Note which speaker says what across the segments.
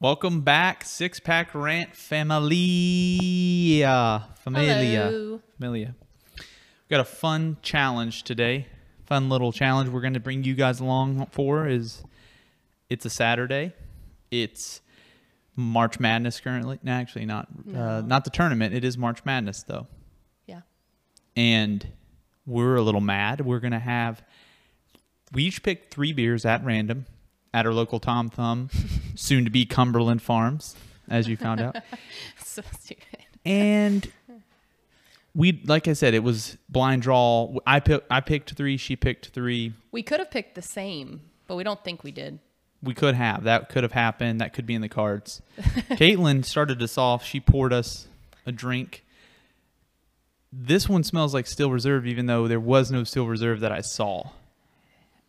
Speaker 1: Welcome back, Six Pack Rant Familia. Familia.
Speaker 2: Hello.
Speaker 1: Familia. We got a fun challenge today. Fun little challenge we're going to bring you guys along for is it's a Saturday. It's March Madness currently. No, actually not. Uh,
Speaker 2: No.
Speaker 1: not the tournament. It is March Madness though.
Speaker 2: Yeah.
Speaker 1: And we're a little mad. We're going to have we each pick 3 beers at random at our local Tom Thumb, soon to be Cumberland Farms, as you found out.
Speaker 2: So stupid.
Speaker 1: and we like I said, it was blind draw. I pick, I picked three. She picked three.
Speaker 2: We could have picked the same, but we don't think we did.
Speaker 1: We could have that could have happened. That could be in the cards. Caitlin started us off. She poured us a drink. This one smells like still reserve, even though there was no still reserve that I saw.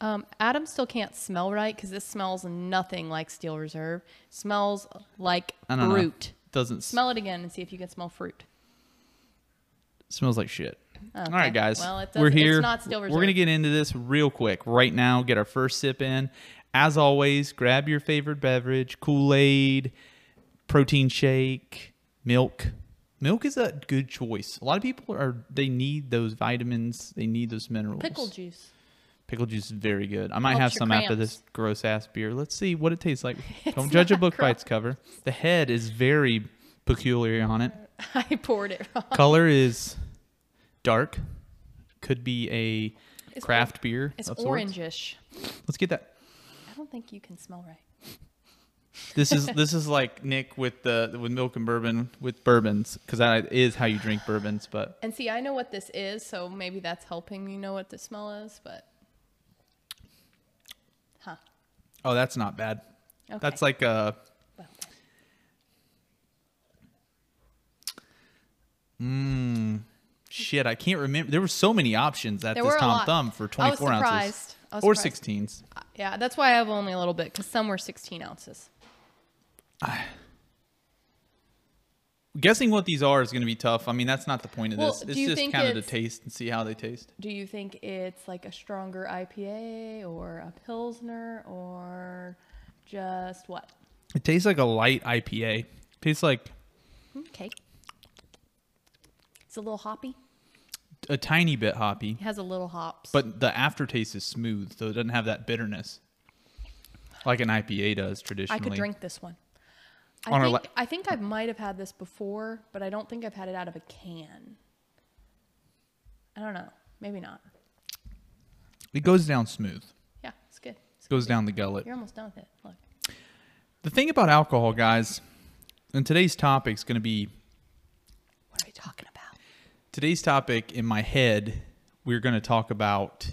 Speaker 2: Um, Adam still can't smell right because this smells nothing like Steel Reserve. Smells like
Speaker 1: I don't know.
Speaker 2: fruit.
Speaker 1: Doesn't smell.
Speaker 2: Smell it again and see if you can smell fruit.
Speaker 1: Smells like shit.
Speaker 2: Okay.
Speaker 1: All right, guys.
Speaker 2: Well, it does,
Speaker 1: we're here.
Speaker 2: It's not Steel Reserve.
Speaker 1: We're gonna get into this real quick right now. Get our first sip in. As always, grab your favorite beverage: Kool Aid, protein shake, milk. Milk is a good choice. A lot of people are they need those vitamins. They need those minerals.
Speaker 2: pickle juice.
Speaker 1: Pickle juice is very good. I might have
Speaker 2: Helps your
Speaker 1: some after
Speaker 2: cramps.
Speaker 1: this gross ass beer. Let's see what it tastes like.
Speaker 2: It's
Speaker 1: Don't judge a
Speaker 2: not
Speaker 1: book by its
Speaker 2: gross.
Speaker 1: cover. The head is very peculiar on it.
Speaker 2: I poured it wrong.
Speaker 1: Color is dark. Could be a
Speaker 2: It's
Speaker 1: craft beer.
Speaker 2: It's
Speaker 1: of sorts.
Speaker 2: orangish.
Speaker 1: Let's get that.
Speaker 2: I don't think you can smell right.
Speaker 1: This is this is like Nick with the with milk and bourbon with bourbons because that is how you drink bourbons. But
Speaker 2: And see, I know what this is, so maybe that's helping you know what the smell is, but. Huh.
Speaker 1: oh, that's not bad.
Speaker 2: Okay.
Speaker 1: That's like uh, a mm, shit. I can't remember. There were so many options at
Speaker 2: There
Speaker 1: this
Speaker 2: were a
Speaker 1: Tom
Speaker 2: lot.
Speaker 1: Thumb for
Speaker 2: I was
Speaker 1: 24 ounces
Speaker 2: surprised. I was
Speaker 1: or
Speaker 2: surprised.
Speaker 1: 16s.
Speaker 2: Yeah, that's why I have only a little bit because some were 16 ounces.
Speaker 1: Guessing what these are is going to be tough. I mean, that's not the point of
Speaker 2: Well,
Speaker 1: this.
Speaker 2: do
Speaker 1: It's
Speaker 2: you
Speaker 1: just
Speaker 2: think
Speaker 1: kind of to
Speaker 2: it's-
Speaker 1: taste and see how they taste.
Speaker 2: Do you think it's like a stronger IPA or a Pilsner or just what?
Speaker 1: It tastes like a light IPA. Tastes like
Speaker 2: Okay. It's a little hoppy.
Speaker 1: a tiny bit hoppy,
Speaker 2: It has a little hops.
Speaker 1: but the aftertaste is smooth, so it doesn't have that bitterness like an IPA does
Speaker 2: I
Speaker 1: traditionally.
Speaker 2: could drink this one. I
Speaker 1: On our
Speaker 2: think,
Speaker 1: la-
Speaker 2: I think I might have had this before, but I don't think I've had it out of a can. I don't know. Maybe not.
Speaker 1: It goes down smooth.
Speaker 2: Yeah, it's good. It's
Speaker 1: It goes down the gullet.
Speaker 2: You're almost done with it. Look.
Speaker 1: The thing about alcohol, guys, and today's topic is going to be
Speaker 2: What are we talking about?
Speaker 1: today's topic in my head. We're going to talk about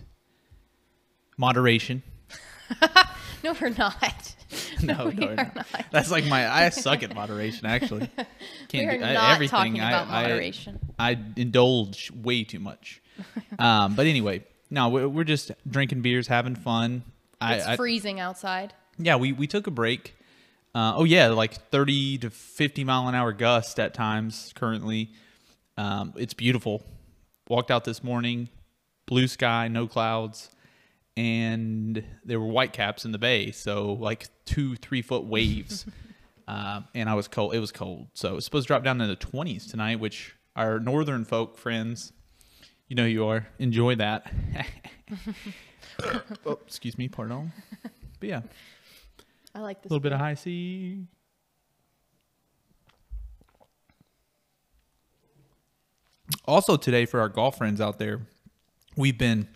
Speaker 1: moderation.
Speaker 2: No, we're not.
Speaker 1: No,
Speaker 2: we
Speaker 1: no,
Speaker 2: are
Speaker 1: no.
Speaker 2: not.
Speaker 1: That's like my I suck at moderation. Actually, can't
Speaker 2: we are
Speaker 1: do I-
Speaker 2: not
Speaker 1: everything.
Speaker 2: talking
Speaker 1: I-
Speaker 2: about
Speaker 1: I-
Speaker 2: moderation.
Speaker 1: I, indulge way too much. Um, but anyway, no, we're, we're just drinking beers, having fun. I,
Speaker 2: it's
Speaker 1: I
Speaker 2: freezing outside.
Speaker 1: yeah, we we took a break. Uh, oh yeah, like thirty to fifty mile an hour gust at times. Currently, um, it's beautiful. Walked out this morning, blue sky, no clouds, and there were white caps in the bay. So like two, three foot waves. Um, and I was cold. It was cold. So it's supposed to drop down to the 20s tonight, which our northern folk friends, you know who you are, enjoy that. oh, excuse me, pardon. But yeah, a
Speaker 2: I like this.
Speaker 1: little bit of high C. Also, today for our golf friends out there, we've been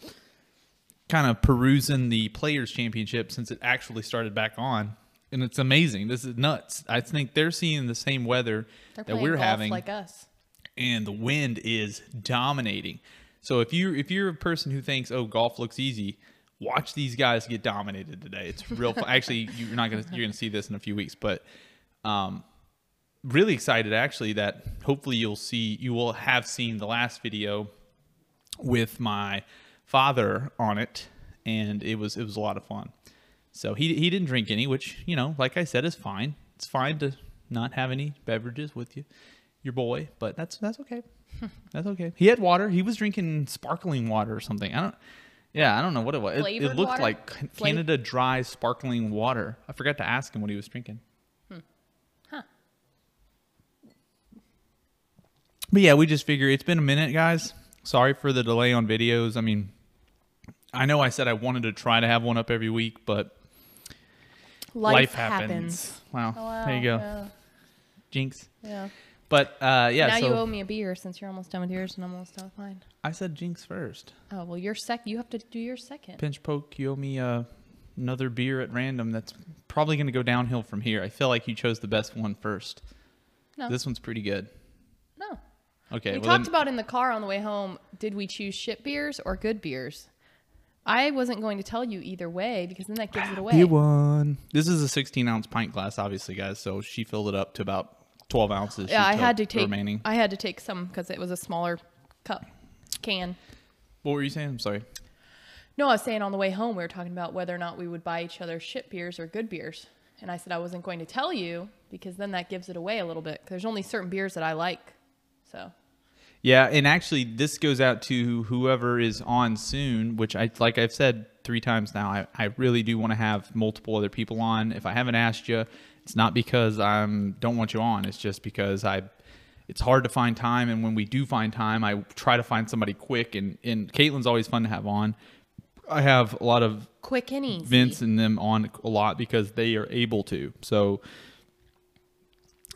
Speaker 1: kind of perusing the Players Championship since it actually started back on. And it's amazing. This is nuts. I think they're seeing the same weather that
Speaker 2: They're playing
Speaker 1: we're
Speaker 2: golf
Speaker 1: having,
Speaker 2: like us.
Speaker 1: and the wind is dominating. So if you if you're a person who thinks oh golf looks easy, watch these guys get dominated today. It's real fun. Actually, you're not gonna you're gonna see this in a few weeks, but um, really excited actually that hopefully you'll see you will have seen the last video with my father on it and it was it was a lot of fun so he he didn't drink any which you know like i said is fine it's fine to not have any beverages with you your boy but that's that's okay that's okay he had water he was drinking sparkling water or something i don't yeah i don't know what it was It- it,
Speaker 2: Flavored
Speaker 1: looked
Speaker 2: water?
Speaker 1: like
Speaker 2: Flav- Hmm.
Speaker 1: canada dry sparkling water i forgot to ask him what he was drinking But yeah, we just figure it's been a minute, guys. Sorry for the delay on videos. I mean, I know I said I wanted to try to have one up every week, but life, happens. Wow.
Speaker 2: Oh, wow.
Speaker 1: There you go.
Speaker 2: Yeah.
Speaker 1: Jinx.
Speaker 2: yeah.
Speaker 1: But uh, yeah,
Speaker 2: now
Speaker 1: so
Speaker 2: you owe me a beer since you're almost done with yours and I'm almost done with mine.
Speaker 1: I said Jinx first.
Speaker 2: Oh well, your sec. You have to do your second.
Speaker 1: Pinch poke, you owe me uh, another beer at random. That's probably going to go downhill from here. I feel like you chose the best one first.
Speaker 2: No.
Speaker 1: This one's pretty good.
Speaker 2: No.
Speaker 1: Okay.
Speaker 2: we
Speaker 1: well
Speaker 2: talked
Speaker 1: then-
Speaker 2: about in the car on the way home. Did we choose shit beers or good beers? I wasn't going to tell you either way because then that gives it away.
Speaker 1: He won. This is a 16 ounce pint glass, obviously, guys. So she filled it up to about 12 ounces.
Speaker 2: yeah,
Speaker 1: She
Speaker 2: I
Speaker 1: took
Speaker 2: had to
Speaker 1: the
Speaker 2: take.
Speaker 1: remaining.
Speaker 2: I had to take some because it was a smaller cup can.
Speaker 1: What were you saying? I'm sorry.
Speaker 2: No, I was saying on the way home we were talking about whether or not we would buy each other shit beers or good beers, and I said I wasn't going to tell you because then that gives it away a little bit. There's only certain beers that I like, so
Speaker 1: Yeah, and actually, this goes out to whoever is on soon, which I like. I've said three times now. I, I really do want to have multiple other people on. If I haven't asked you, it's not because I'm don't want you on. It's just because I. It's hard to find time, and when we do find time, I try to find somebody quick. And and Caitlin's always fun to have on. I have a lot of
Speaker 2: quick and easy.
Speaker 1: Vince and them on a lot because they are able to. So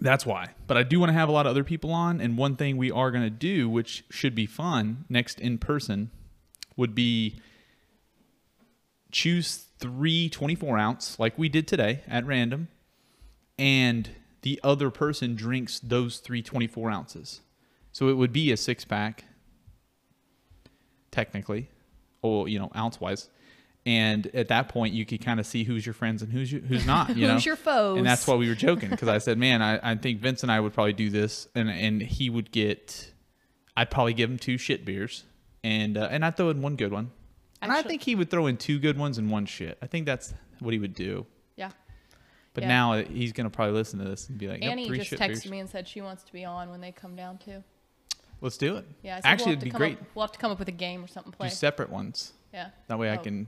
Speaker 1: that's why. But I do want to have a lot of other people on. And one thing we are going to do, which should be fun, next in person would be choose three 24 ounce, like we did today at random, and the other person drinks those three 24 ounces. So it would be a six pack, technically, or, you know, ounce wise. And at that point, you could kind of see who's your friends and who's you, who's not. You
Speaker 2: Who's
Speaker 1: know?
Speaker 2: your foes?
Speaker 1: And that's why we were joking because I said, "Man, I, I think Vince and I would probably do this, and and he would get, I'd probably give him two shit beers, and uh, and I would throw in one good one, and I
Speaker 2: Actually-
Speaker 1: think he would throw in two good ones and one shit. I think that's what he would do.
Speaker 2: Yeah.
Speaker 1: But
Speaker 2: Yeah.
Speaker 1: now uh, he's gonna probably listen to this and be like, yep,
Speaker 2: Annie
Speaker 1: three
Speaker 2: just
Speaker 1: shit
Speaker 2: texted
Speaker 1: beers.
Speaker 2: me and said she wants to be on when they come down too.
Speaker 1: Let's do it.
Speaker 2: Yeah, I said
Speaker 1: actually,
Speaker 2: we'll have
Speaker 1: it'd
Speaker 2: to
Speaker 1: be
Speaker 2: come
Speaker 1: great.
Speaker 2: Up, we'll have to come up with a game or something. to Play.
Speaker 1: Do separate ones.
Speaker 2: yeah.
Speaker 1: That way, I
Speaker 2: Oh.
Speaker 1: can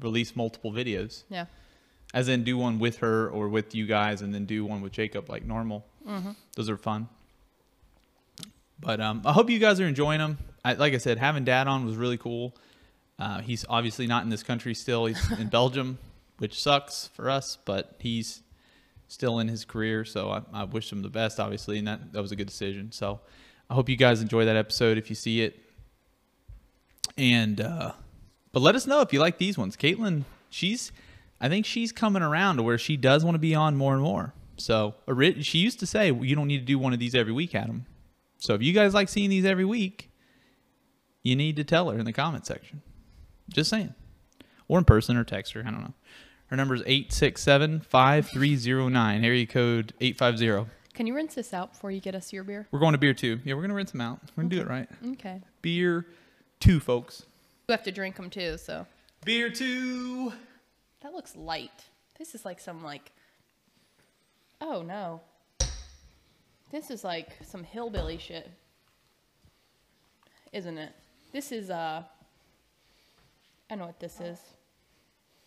Speaker 1: release multiple videos,
Speaker 2: Yeah.
Speaker 1: as in do one with her or with you guys, and then do one with Jacob like normal. Those are fun. But um, I hope you guys are enjoying them. I, like I said, having Dad on was really cool. Uh, he's obviously not in this country still. He's in Belgium, which sucks for us, but he's still in his career. So I, I wish him the best, obviously, and that, that was a good decision. So I hope you guys enjoy that episode if you see it. And uh, but let us know if you like these ones. Caitlin, she's I think she's coming around to where she does want to be on more and more. So ori- she used to say you don't need to do one of these every week, Adam. So if you guys like seeing these every week, you need to tell her in the comment section. Just saying. Or in person or text her. I don't know. Her number is 867 5309, area code 850.
Speaker 2: Can you rinse this out before you get us your beer?
Speaker 1: We're going to beer two. Yeah, we're going to rinse them out. We're going to do it right.
Speaker 2: Okay.
Speaker 1: Beer two, folks.
Speaker 2: You have to drink them too. So
Speaker 1: Beer two.
Speaker 2: that looks light. This is like some like. Oh no. This is like some hillbilly shit, isn't it? This is uh. I know what this is.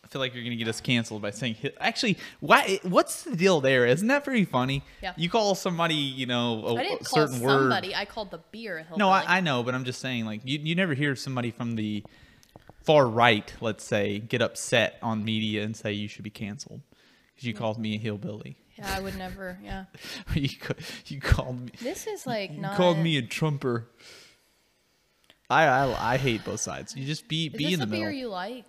Speaker 1: I feel like you're gonna get us canceled by saying hit. Actually, why? What's the deal there? Isn't that pretty funny?
Speaker 2: Yeah.
Speaker 1: You call somebody, you know, a,
Speaker 2: I didn't
Speaker 1: Oh, a
Speaker 2: call
Speaker 1: certain
Speaker 2: somebody.
Speaker 1: word.
Speaker 2: I called the beer a hillbilly.
Speaker 1: No, I, I know, but I'm just saying, like, you, you never hear somebody from the far right, let's say, get upset on media and say you should be canceled because you called me a hillbilly.
Speaker 2: Yeah, I would never. Yeah.
Speaker 1: you ca- you called me
Speaker 2: This is like
Speaker 1: you
Speaker 2: not.
Speaker 1: called me a trumper. I, I I hate both sides. You just be
Speaker 2: Is
Speaker 1: be
Speaker 2: this
Speaker 1: in the
Speaker 2: a beer
Speaker 1: middle,
Speaker 2: you like?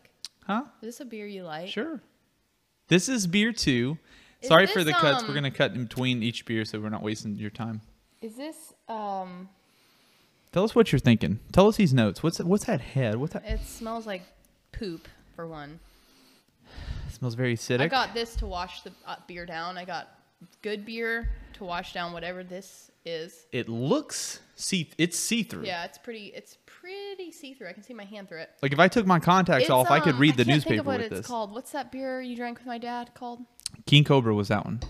Speaker 1: huh?
Speaker 2: Is this a beer you like?
Speaker 1: Sure. This is beer two.
Speaker 2: Is
Speaker 1: Sorry for
Speaker 2: this,
Speaker 1: the cuts.
Speaker 2: um,
Speaker 1: We're gonna cut in between each beer, so we're not wasting your time.
Speaker 2: Is this um?
Speaker 1: Tell us what you're thinking. Tell us these notes. What's what's that head? What's that?
Speaker 2: It smells like poop for one.
Speaker 1: It smells very acidic.
Speaker 2: I got this to wash the uh, beer down. I got good beer to wash down whatever this is.
Speaker 1: it looks see. It's see through.
Speaker 2: Yeah, it's pretty. It's pretty see through. I can see my hand through it.
Speaker 1: Like if I took my contacts
Speaker 2: It's,
Speaker 1: off, I could
Speaker 2: um,
Speaker 1: read the
Speaker 2: can't
Speaker 1: newspaper
Speaker 2: think of what
Speaker 1: with
Speaker 2: it's
Speaker 1: this.
Speaker 2: called. What's that beer you drank with my dad called?
Speaker 1: King Cobra was that one,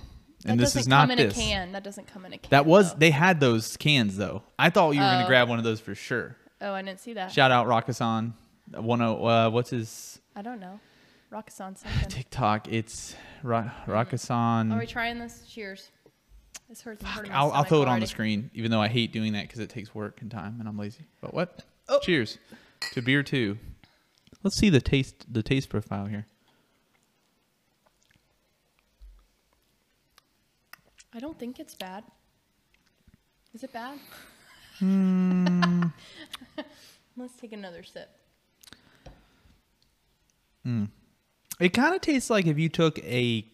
Speaker 1: and
Speaker 2: that
Speaker 1: this
Speaker 2: doesn't
Speaker 1: is not
Speaker 2: come in
Speaker 1: this.
Speaker 2: a can. That doesn't come in a can.
Speaker 1: That was
Speaker 2: though.
Speaker 1: they had those cans though. I thought you were gonna
Speaker 2: Oh.
Speaker 1: grab one of those for sure.
Speaker 2: Oh, I didn't see that.
Speaker 1: Shout out Rockasan. One oh, uh, what's his
Speaker 2: I don't know. Rockasson something.
Speaker 1: TikTok? It's Ra- Rockasan.
Speaker 2: Are we trying this? Cheers. This hurts. I'm hurting my
Speaker 1: I'll, I'll
Speaker 2: stomach
Speaker 1: throw it on
Speaker 2: already.
Speaker 1: the screen, even though I hate doing that because it takes work and time, and I'm lazy. But what?
Speaker 2: Oh.
Speaker 1: Cheers to beer two. Let's see the taste the taste profile here.
Speaker 2: I don't think it's bad. Is it bad?
Speaker 1: Hmm.
Speaker 2: Let's take another sip.
Speaker 1: It kind of tastes like if you took a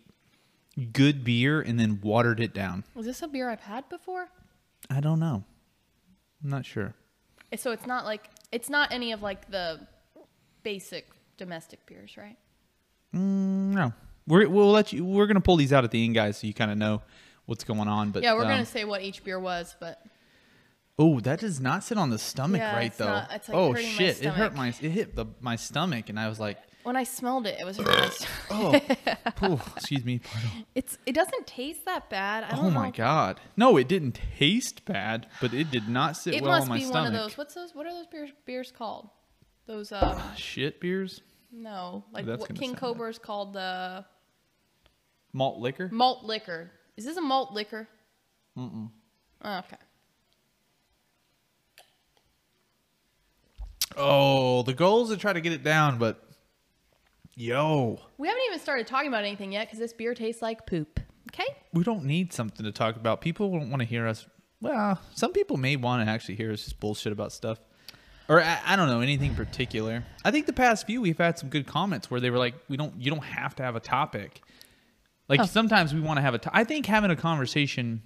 Speaker 1: good beer and then watered it down.
Speaker 2: Was this a beer I've had before?
Speaker 1: I don't know. I'm not sure.
Speaker 2: Eh, So it's not like it's not any of like the basic domestic beers, right?
Speaker 1: Mm, no, we're, we'll let you. We're gonna pull these out at the end, guys, so you kind of know what's going on. But
Speaker 2: yeah, we're
Speaker 1: um,
Speaker 2: gonna say what each beer was, but
Speaker 1: Oh, that does not sit on the stomach
Speaker 2: Yeah,
Speaker 1: right
Speaker 2: it's
Speaker 1: though.
Speaker 2: not- it's, like,
Speaker 1: oh
Speaker 2: hurting my
Speaker 1: shit! It hurt
Speaker 2: stomach.
Speaker 1: my. It hit the, my stomach, and I was like,
Speaker 2: when I smelled it, it was really nice.
Speaker 1: oh, phew, excuse me.
Speaker 2: it's it doesn't taste that bad. I don't
Speaker 1: Oh
Speaker 2: know.
Speaker 1: my god! No, it didn't taste bad, but it did not sit
Speaker 2: It
Speaker 1: well
Speaker 2: must
Speaker 1: on my
Speaker 2: be
Speaker 1: stomach.
Speaker 2: one of those. What's those? What are those beers, beers called? Those um,
Speaker 1: Shit beers,
Speaker 2: no, like
Speaker 1: That's
Speaker 2: what
Speaker 1: gonna
Speaker 2: King
Speaker 1: sound bad.
Speaker 2: Cobra is called the
Speaker 1: malt liquor.
Speaker 2: malt liquor. Is this a malt liquor? Mm. Okay.
Speaker 1: Oh, the goal is to try to get it down, but yo,
Speaker 2: We haven't even started talking about anything yet because this beer tastes like poop. Okay.
Speaker 1: we don't need something to talk about. People don't want to hear us. Well, some people may want to actually hear us just bullshit about stuff. Or I, I don't know anything particular. I think the past few we've had some good comments where they were like, "We don't, you don't have to have a topic." Like
Speaker 2: Oh.
Speaker 1: sometimes we want to have a. To- I think having a conversation,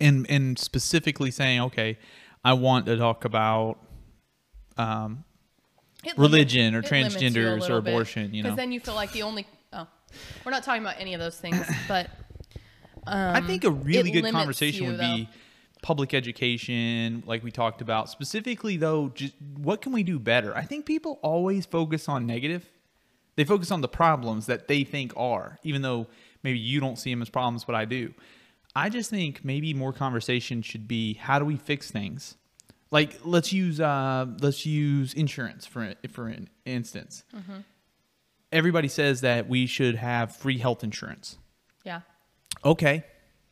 Speaker 1: and and specifically saying, "Okay, I want to talk about um,
Speaker 2: It limits-
Speaker 1: Religion or
Speaker 2: it limits you a
Speaker 1: transgenders or
Speaker 2: little bit,
Speaker 1: abortion, you know.
Speaker 2: Because then you feel like the only. Oh, we're not talking about any of those things, but um,
Speaker 1: I think a really good
Speaker 2: limits
Speaker 1: conversation
Speaker 2: you,
Speaker 1: would be public education, like we talked about. Specifically, though, just what can we do better? I think people always focus on negative. They focus on the problems that they think are, even though maybe you don't see them as problems, but I do. I just think maybe more conversation should be how do we fix things? Like let's use uh, let's use insurance for for an instance.
Speaker 2: Mm-hmm.
Speaker 1: Everybody says that we should have free health insurance
Speaker 2: yeah.
Speaker 1: okay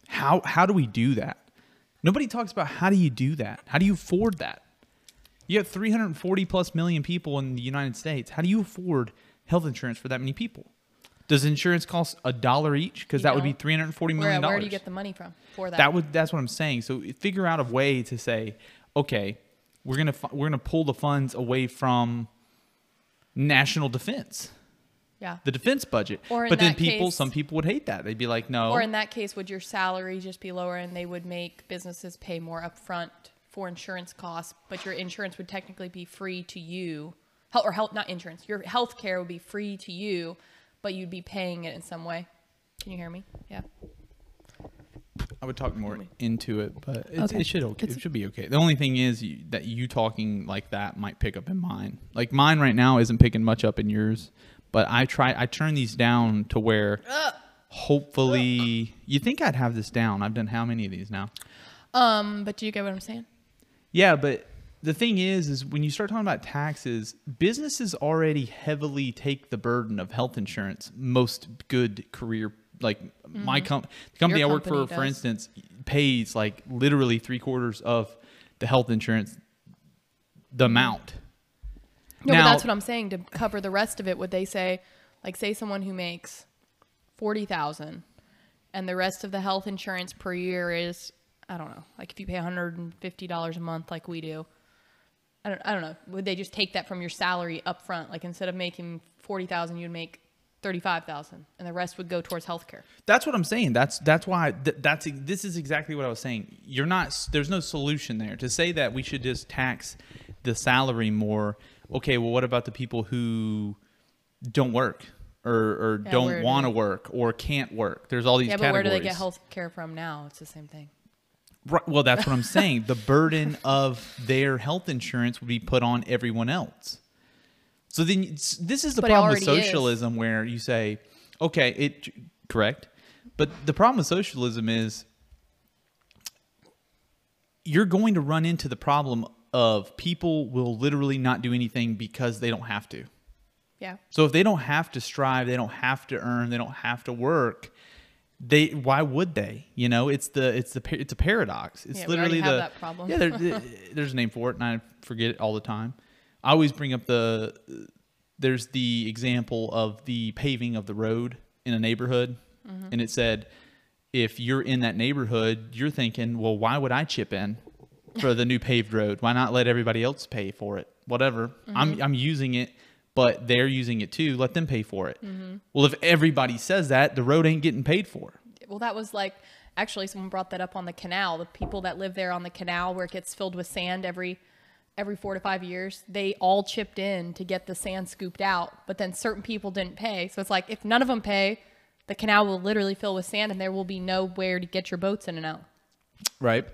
Speaker 1: how how do we do that nobody talks about how do you do that how do you afford that you have 340 plus million people in the united states how do you afford health insurance for that many people does insurance cost a dollar each because
Speaker 2: You
Speaker 1: that would be
Speaker 2: don't.
Speaker 1: 340
Speaker 2: Where,
Speaker 1: million
Speaker 2: where
Speaker 1: dollars
Speaker 2: do you get the money from for that?
Speaker 1: that would that's what i'm saying so figure out a way to say okay we're gonna fu- we're gonna pull the funds away from national defense
Speaker 2: yeah.
Speaker 1: the defense budget
Speaker 2: Or in
Speaker 1: but then
Speaker 2: that
Speaker 1: people
Speaker 2: case-
Speaker 1: some people would hate that they'd be like no
Speaker 2: Or in that case, would your salary just be lower and they would make businesses pay more upfront for insurance costs, but your insurance would technically be free to you, hel- or health, not insurance, your health care would be free to you, but you'd be paying it in some way. Can you hear me? Yeah.
Speaker 1: I would talk more into it, but it's,
Speaker 2: Okay.
Speaker 1: it should okay. it should be okay. The only thing is you, that you talking like that might pick up in mine. Like mine right now isn't picking much up in yours, but I try I turn these down to where hopefully you think I'd have this down. I've done how many of these now?
Speaker 2: Um, but do you get what I'm saying?
Speaker 1: Yeah, but the thing is, is when you start talking about taxes, businesses already heavily take the burden of health insurance. Most good career, like my com- the company
Speaker 2: Mm-hmm. Your
Speaker 1: I work for,
Speaker 2: company
Speaker 1: for
Speaker 2: does.
Speaker 1: instance, pays like literally three quarters of the health insurance, the amount.
Speaker 2: No,
Speaker 1: Now-
Speaker 2: but that's what I'm saying. To cover the rest of it, would they say, like, say someone who makes forty thousand, and the rest of the health insurance per year is, I don't know, like if you pay one hundred and fifty dollars a month, like we do. I don't, I don't know. Would they just take that from your salary up front? Like instead of making forty thousand, you'd make thirty-five thousand, and the rest would go towards healthcare.
Speaker 1: That's what I'm saying. That's that's why th- that's this is exactly what I was saying. You're not there's no solution there to say that we should just tax the salary more. Okay, well what about the people who don't work or or
Speaker 2: Yeah, where
Speaker 1: don't
Speaker 2: do
Speaker 1: want to
Speaker 2: they-
Speaker 1: work or can't work? There's all these
Speaker 2: Yeah, but
Speaker 1: categories.
Speaker 2: where do they get health care from now? It's the same thing.
Speaker 1: Right, well, that's what I'm saying. the burden of their health insurance would be put on everyone else. So then it's- this is the
Speaker 2: But it
Speaker 1: problem with
Speaker 2: already is.
Speaker 1: socialism where you say, okay, it correct. But the problem with socialism is you're going to run into the problem of people will literally not do anything because they don't have to.
Speaker 2: Yeah.
Speaker 1: So if they don't have to strive, they don't have to earn, they don't have to work, they why would they you know it's the it's the par- it's a paradox it's
Speaker 2: Yeah, we
Speaker 1: literally
Speaker 2: already
Speaker 1: the
Speaker 2: have that problem.
Speaker 1: yeah there, there- there's a name for it and i forget it all the time i always bring up the there's the example of the paving of the road in a neighborhood
Speaker 2: Mm-hmm.
Speaker 1: and it said if you're in that neighborhood you're thinking well why would i chip in for the new paved road why not let everybody else pay for it whatever i'm
Speaker 2: Mm-hmm.
Speaker 1: i'm using it but they're using it too let them pay for it
Speaker 2: Mm-hmm.
Speaker 1: well if everybody says that the road ain't getting paid for
Speaker 2: Well, that was like actually someone brought that up on the canal. The people that live there on the canal where it gets filled with sand every every 4 to 5 years, they all chipped in to get the sand scooped out, but then certain people didn't pay. So it's like if none of them pay, the canal will literally fill with sand and there will be nowhere to get your boats in and out.
Speaker 1: right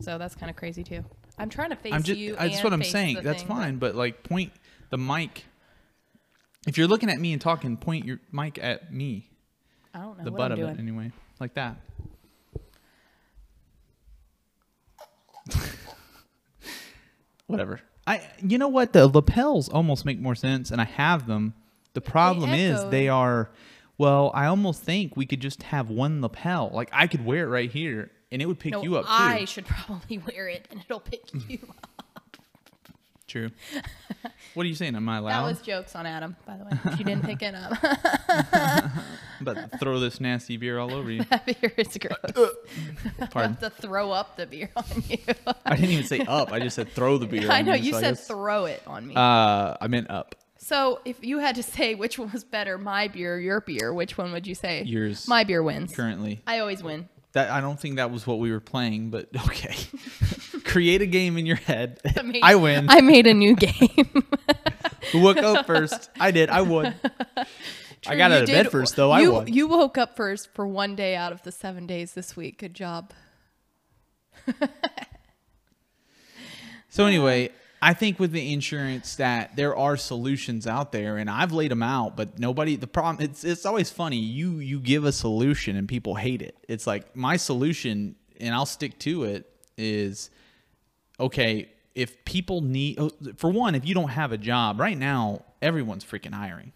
Speaker 2: So that's kind of crazy too. I'm trying to face
Speaker 1: I'm just
Speaker 2: you.
Speaker 1: that's
Speaker 2: and
Speaker 1: what I'm
Speaker 2: face
Speaker 1: saying.
Speaker 2: the
Speaker 1: That's
Speaker 2: thing, but-
Speaker 1: fine, but like point the mic. If you're looking at me and talking, point your mic at me,
Speaker 2: I don't know
Speaker 1: the
Speaker 2: what
Speaker 1: butt
Speaker 2: I'm
Speaker 1: of
Speaker 2: doing.
Speaker 1: it anyway, like that. Whatever. I you know what the lapels almost make more sense and I have them. The problem is
Speaker 2: echo.
Speaker 1: they are well, I almost think we could just have one lapel. Like I could wear it right here and it would pick
Speaker 2: no,
Speaker 1: you up too.
Speaker 2: I should probably wear it and it'll pick you up.
Speaker 1: True. what are you saying? Am I
Speaker 2: That
Speaker 1: allowed?
Speaker 2: was jokes on Adam, by the way. If you didn't pick it up.
Speaker 1: I'm about to throw this nasty beer all over you.
Speaker 2: that beer is gross.
Speaker 1: Pardon.
Speaker 2: to throw up the beer on you.
Speaker 1: I didn't even say up. I just said throw the beer.
Speaker 2: I
Speaker 1: on
Speaker 2: know
Speaker 1: you,
Speaker 2: you
Speaker 1: so I
Speaker 2: said
Speaker 1: guess-
Speaker 2: throw it on me.
Speaker 1: uh, I meant up.
Speaker 2: so if you had to say which one was better, my beer or your beer, which one would you say?
Speaker 1: Yours.
Speaker 2: My beer wins.
Speaker 1: Currently,
Speaker 2: I always win.
Speaker 1: that I don't think that was what we were playing, but okay. Create a game in your head. I,
Speaker 2: made-
Speaker 1: win.
Speaker 2: I made a new game.
Speaker 1: Who woke up first? I did. I won. I got
Speaker 2: You
Speaker 1: out of bed
Speaker 2: did-
Speaker 1: first, though.
Speaker 2: you,
Speaker 1: I won.
Speaker 2: You woke up first for one day out of the seven days this week. Good job.
Speaker 1: So anyway, I think with the insurance that there are solutions out there, and I've laid them out, but nobody. The problem it's it's always funny. You you give a solution and people hate it. It's like my solution, and I'll stick to it. Is okay if people need oh, for one, if you don't have a job right now, everyone's freaking hiring.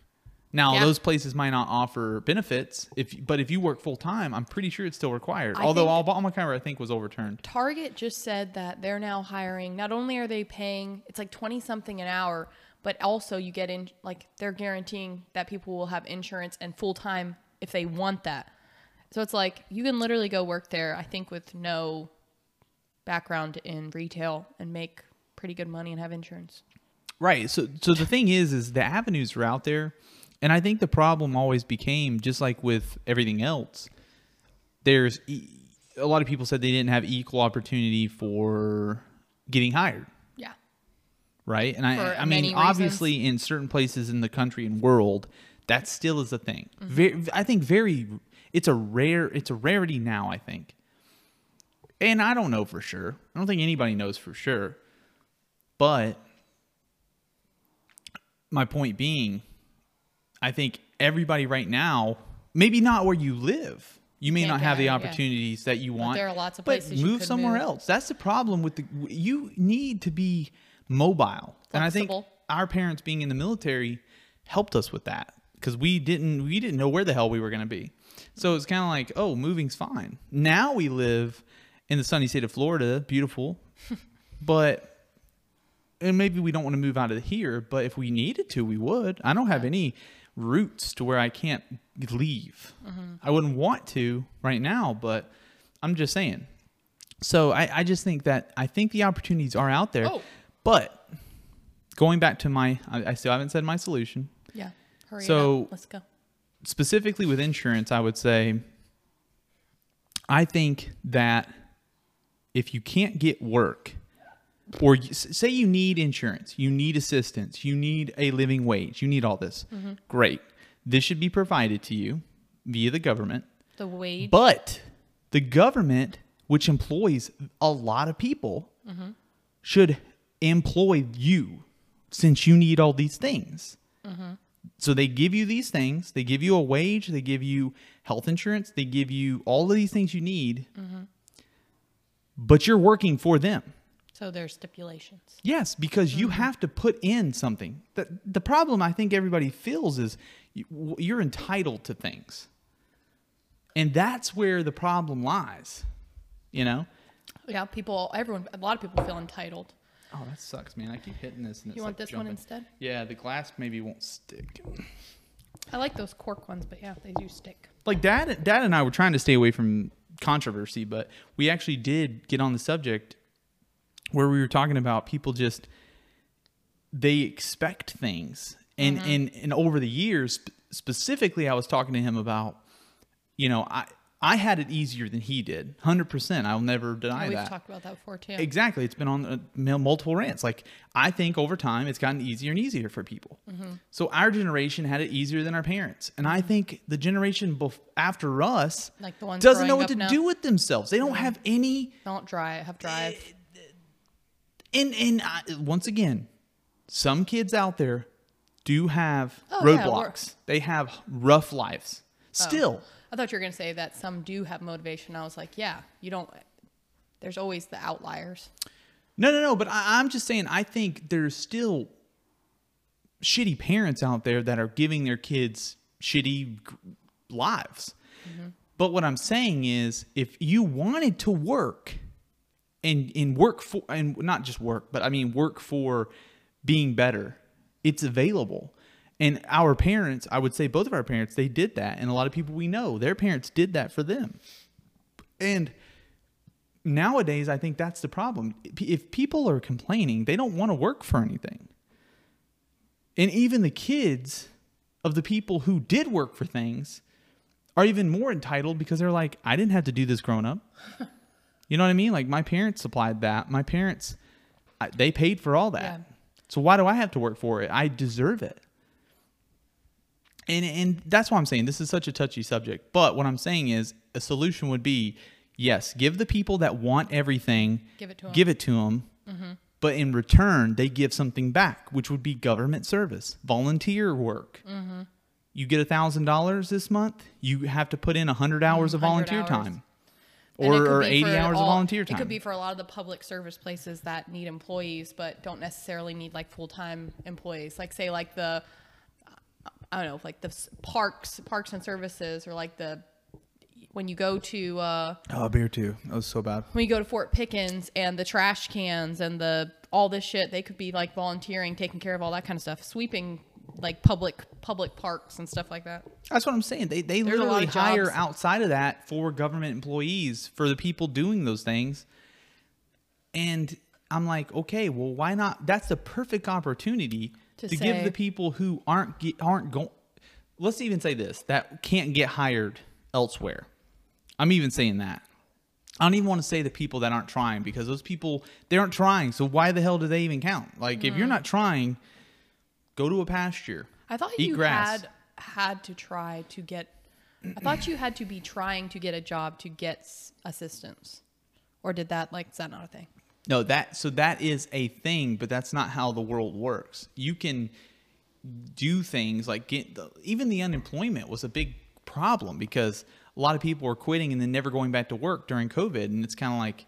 Speaker 1: Now
Speaker 2: Yeah.
Speaker 1: those places might not offer benefits, if but if you work full time, I'm pretty sure it's still required.
Speaker 2: I
Speaker 1: Although
Speaker 2: think-
Speaker 1: Obamacare, I think, was overturned.
Speaker 2: Target just said that they're now hiring. Not only are they paying, it's like 20 something an hour, but also you get in, like, they're guaranteeing that people will have insurance and full time if they want that. So it's like you can literally go work there, I think, with no background in retail and make pretty good money and have insurance.
Speaker 1: Right. So so the thing is is the avenues are out there and I think the problem always became just like with everything else there's e- a lot of people said they didn't have equal opportunity for getting hired,
Speaker 2: Yeah.
Speaker 1: right? And I
Speaker 2: For
Speaker 1: I
Speaker 2: many
Speaker 1: mean
Speaker 2: reasons.
Speaker 1: obviously in certain places in the country and world that still is a thing.
Speaker 2: Mm-hmm.
Speaker 1: Very, I think very it's a rare it's a rarity now, I think. And I don't know for sure. I don't think anybody knows for sure. But my point being, I think everybody right now, maybe not where you live, you may
Speaker 2: Can't
Speaker 1: not
Speaker 2: get
Speaker 1: have the
Speaker 2: out, yeah.
Speaker 1: opportunities that you want.
Speaker 2: there are lots of
Speaker 1: but
Speaker 2: places you
Speaker 1: move
Speaker 2: could
Speaker 1: somewhere
Speaker 2: move.
Speaker 1: else. That's the problem with the. You need to be mobile, and I think
Speaker 2: Flexible.
Speaker 1: our parents being in the military helped us with that because we didn't we didn't know where the hell we were going to be. So it's kind of like, oh, moving's fine. Now we live in the sunny state of Florida, beautiful, but and maybe we don't want to move out of here, but if we needed to, we would. I don't have any roots to where I can't leave. I wouldn't want to right now, but I'm just saying. So I, I just think that I think the opportunities are out there.
Speaker 2: Oh.
Speaker 1: But going back to my, I, I still haven't said my solution.
Speaker 2: Yeah. Hurry it
Speaker 1: So-
Speaker 2: up. Let's go.
Speaker 1: Specifically with insurance, I would say I think that if you can't get work, or you, s- say you need insurance, you need assistance, you need a living wage, you need all this. Great. This should be provided to you via the government.
Speaker 2: The wage.
Speaker 1: But the government, which employs a lot of people, should employ you since you need all these things. So they give you these things. They give you a wage. They give you health insurance. They give you all of these things you need. But you're working for them.
Speaker 2: so there's stipulations.
Speaker 1: Yes, because you
Speaker 2: Mm-hmm.
Speaker 1: have to put in something. The, the problem I think everybody feels is you, w- you're entitled to things. And that's where the problem lies. You know?
Speaker 2: Yeah, people, everyone, a lot of people feel entitled.
Speaker 1: Oh, that sucks, man. I keep hitting this and it's
Speaker 2: You want
Speaker 1: like,
Speaker 2: this
Speaker 1: jumping.
Speaker 2: one instead?
Speaker 1: Yeah, the glass maybe won't stick.
Speaker 2: I like those cork ones, but yeah, they do stick.
Speaker 1: Like dad dad and I were trying to stay away from controversy, but we actually did get on the subject where we were talking about people just they expect things. And and and over the years sp- specifically I was talking to him about you know, I I had it easier than he did. 100%. I'll never deny
Speaker 2: And we've
Speaker 1: that.
Speaker 2: talked about that before too.
Speaker 1: Exactly. It's been on uh, mil- multiple rants. Like, I think over time it's gotten easier and easier for people.
Speaker 2: Mm-hmm.
Speaker 1: So, our generation had it easier than our parents. And I think the generation bef- after us
Speaker 2: Like the ones
Speaker 1: doesn't know
Speaker 2: growing
Speaker 1: what
Speaker 2: up
Speaker 1: to
Speaker 2: now.
Speaker 1: do with themselves. They don't have any.
Speaker 2: Don't drive, have drive.
Speaker 1: And, and I, once again, some kids out there do have
Speaker 2: Oh, yeah, Oh. we're-
Speaker 1: roadblocks, they have rough lives. Still,
Speaker 2: I thought you were going to say that some do have motivation. I was like, yeah, you don't. There's always the outliers.
Speaker 1: No, no, no. But I, I'm just saying, I think there's still shitty parents out there that are giving their kids shitty g- lives. But what I'm saying is, if you wanted to work and and work for and not just work, but I mean work for being better, it's available. And our parents, I would say both of our parents, they did that, and a lot of people we know, their parents did that for them. And nowadays i think that's the problem P- if people are complaining they don't want to work for anything and even the kids of the people who did work for things are even more entitled because they're like i didn't have to do this growing up you know what i mean like my parents supplied that my parents I, they paid for all that
Speaker 2: Yeah.
Speaker 1: so why do i have to work for it i deserve it and and that's why I'm saying this is such a touchy subject. But what I'm saying is a solution would be yes, give the people that want everything
Speaker 2: Give it to 'em. Mm-hmm.
Speaker 1: Give it to 'em, But in return, they give something back, which would be government service, volunteer work.
Speaker 2: Mm-hmm.
Speaker 1: You get a thousand dollars this month. You have to put in a hundred hours of
Speaker 2: 100
Speaker 1: volunteer
Speaker 2: Mm, hours.
Speaker 1: time,
Speaker 2: And it
Speaker 1: or,
Speaker 2: could
Speaker 1: or
Speaker 2: be
Speaker 1: eighty
Speaker 2: for
Speaker 1: hours of
Speaker 2: all-
Speaker 1: volunteer time.
Speaker 2: It could be for a lot of the public service places that need employees, but don't necessarily need like full time employees. Like say like the, I don't know, like the s- parks, parks and services, or like the when you go to uh,
Speaker 1: oh, beer too. That was so bad.
Speaker 2: when you go to Fort Pickens and the trash cans and the all this shit, they could be like volunteering, taking care of all that kind of stuff, sweeping like public public parks and stuff like that.
Speaker 1: That's what I'm saying. They they
Speaker 2: There's a lot
Speaker 1: literally
Speaker 2: of
Speaker 1: hire
Speaker 2: jobs.
Speaker 1: outside of that for government employees for the people doing those things. And I'm like, okay, well, why not? That's the perfect opportunity to,
Speaker 2: To
Speaker 1: give
Speaker 2: say-
Speaker 1: the people who aren't ge- aren't going. Let's even say this that can't get hired elsewhere. I'm even saying that. I don't even want to say the people that aren't trying because those people they aren't trying. So why the hell do they even count? Like if you're not trying, go to a pasture.
Speaker 2: Mm-hmm. I thought
Speaker 1: eat
Speaker 2: you
Speaker 1: grass.
Speaker 2: had had to try to get. I thought you had to be trying to get a job to get s- assistance, or did that like is that not a thing?
Speaker 1: No, that so that is a thing, but that's not how the world works. You can do things like get the, even the unemployment was a big problem because a lot of people were quitting and then never going back to work during COVID, and it's kind of like,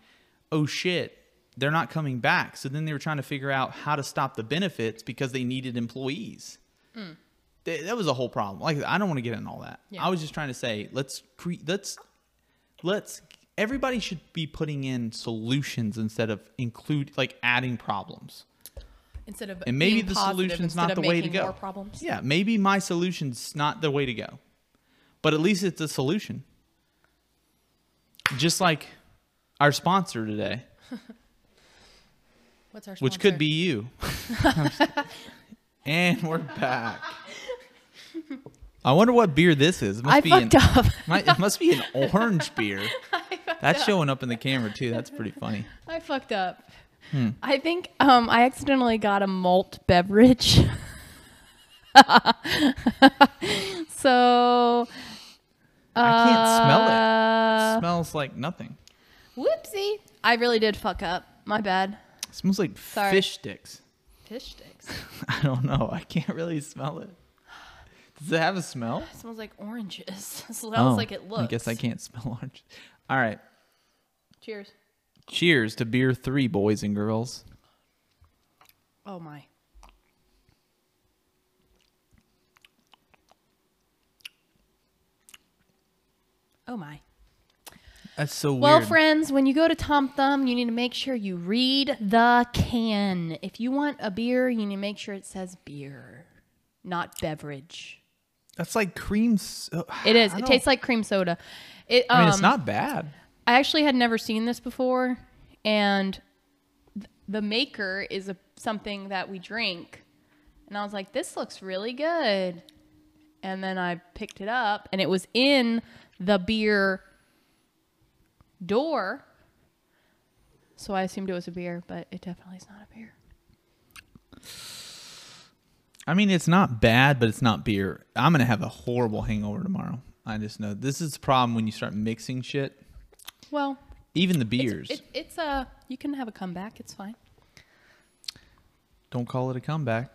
Speaker 1: oh shit, they're not coming back. So then they were trying to figure out how to stop the benefits because they needed employees. Th- that was a whole problem. Like I don't want to get in all that.
Speaker 2: Yeah.
Speaker 1: I was just trying to say let's cre- let's let's everybody should be putting in solutions instead of include like adding problems
Speaker 2: Instead of
Speaker 1: and maybe
Speaker 2: being
Speaker 1: the
Speaker 2: positive,
Speaker 1: solution's
Speaker 2: instead
Speaker 1: not
Speaker 2: of
Speaker 1: the way to
Speaker 2: making
Speaker 1: go
Speaker 2: More problems.
Speaker 1: yeah maybe my solution's not the way to go but at least it's a solution just like our sponsor today
Speaker 2: What's our
Speaker 1: which could
Speaker 2: sponsor?
Speaker 1: be you and we're back i wonder what beer this is it must
Speaker 2: I
Speaker 1: be
Speaker 2: fucked
Speaker 1: an,
Speaker 2: up.
Speaker 1: might- it must be an orange beer
Speaker 2: I fucked
Speaker 1: that's
Speaker 2: up.
Speaker 1: showing up in the camera too that's pretty funny
Speaker 2: I fucked up.
Speaker 1: Hmm.
Speaker 2: I think um, I accidentally got a malt beverage. so
Speaker 1: i can't smell it
Speaker 2: uh,
Speaker 1: smells like nothing.
Speaker 2: whoopsie! I really did fuck up. My bad.
Speaker 1: smells like
Speaker 2: Sorry.
Speaker 1: fish sticks.
Speaker 2: Fish sticks.
Speaker 1: I don't know. I can't really smell it. Does it have a smell?
Speaker 2: It smells like oranges. It smells
Speaker 1: Oh,
Speaker 2: like it looks.
Speaker 1: I guess I can't smell orange. All right.
Speaker 2: Cheers.
Speaker 1: Cheers to beer three, boys and girls.
Speaker 2: Oh my. Oh my.
Speaker 1: That's so
Speaker 2: Well,
Speaker 1: weird.
Speaker 2: friends, when you go to Tom Thumb, you need to make sure you read the can. If you want a beer, you need to make sure it says beer, not beverage.
Speaker 1: That's like cream. So-
Speaker 2: It is.
Speaker 1: I
Speaker 2: It
Speaker 1: don't-
Speaker 2: tastes like cream soda. It, um,
Speaker 1: I mean, it's not bad.
Speaker 2: I actually had never seen this before, and th- the maker is a, something that we drink, and I was like, "This looks really good," and then I picked it up, and it was in the beer door, so I assumed it was a beer, but it definitely is not a beer.
Speaker 1: I mean, it's not bad, but it's not beer. I'm gonna have a horrible hangover tomorrow. I just know this is the problem when you start mixing shit.
Speaker 2: Well,
Speaker 1: Even the beers.
Speaker 2: it's, it, it's a you can have a comeback. It's fine.
Speaker 1: Don't call it a comeback.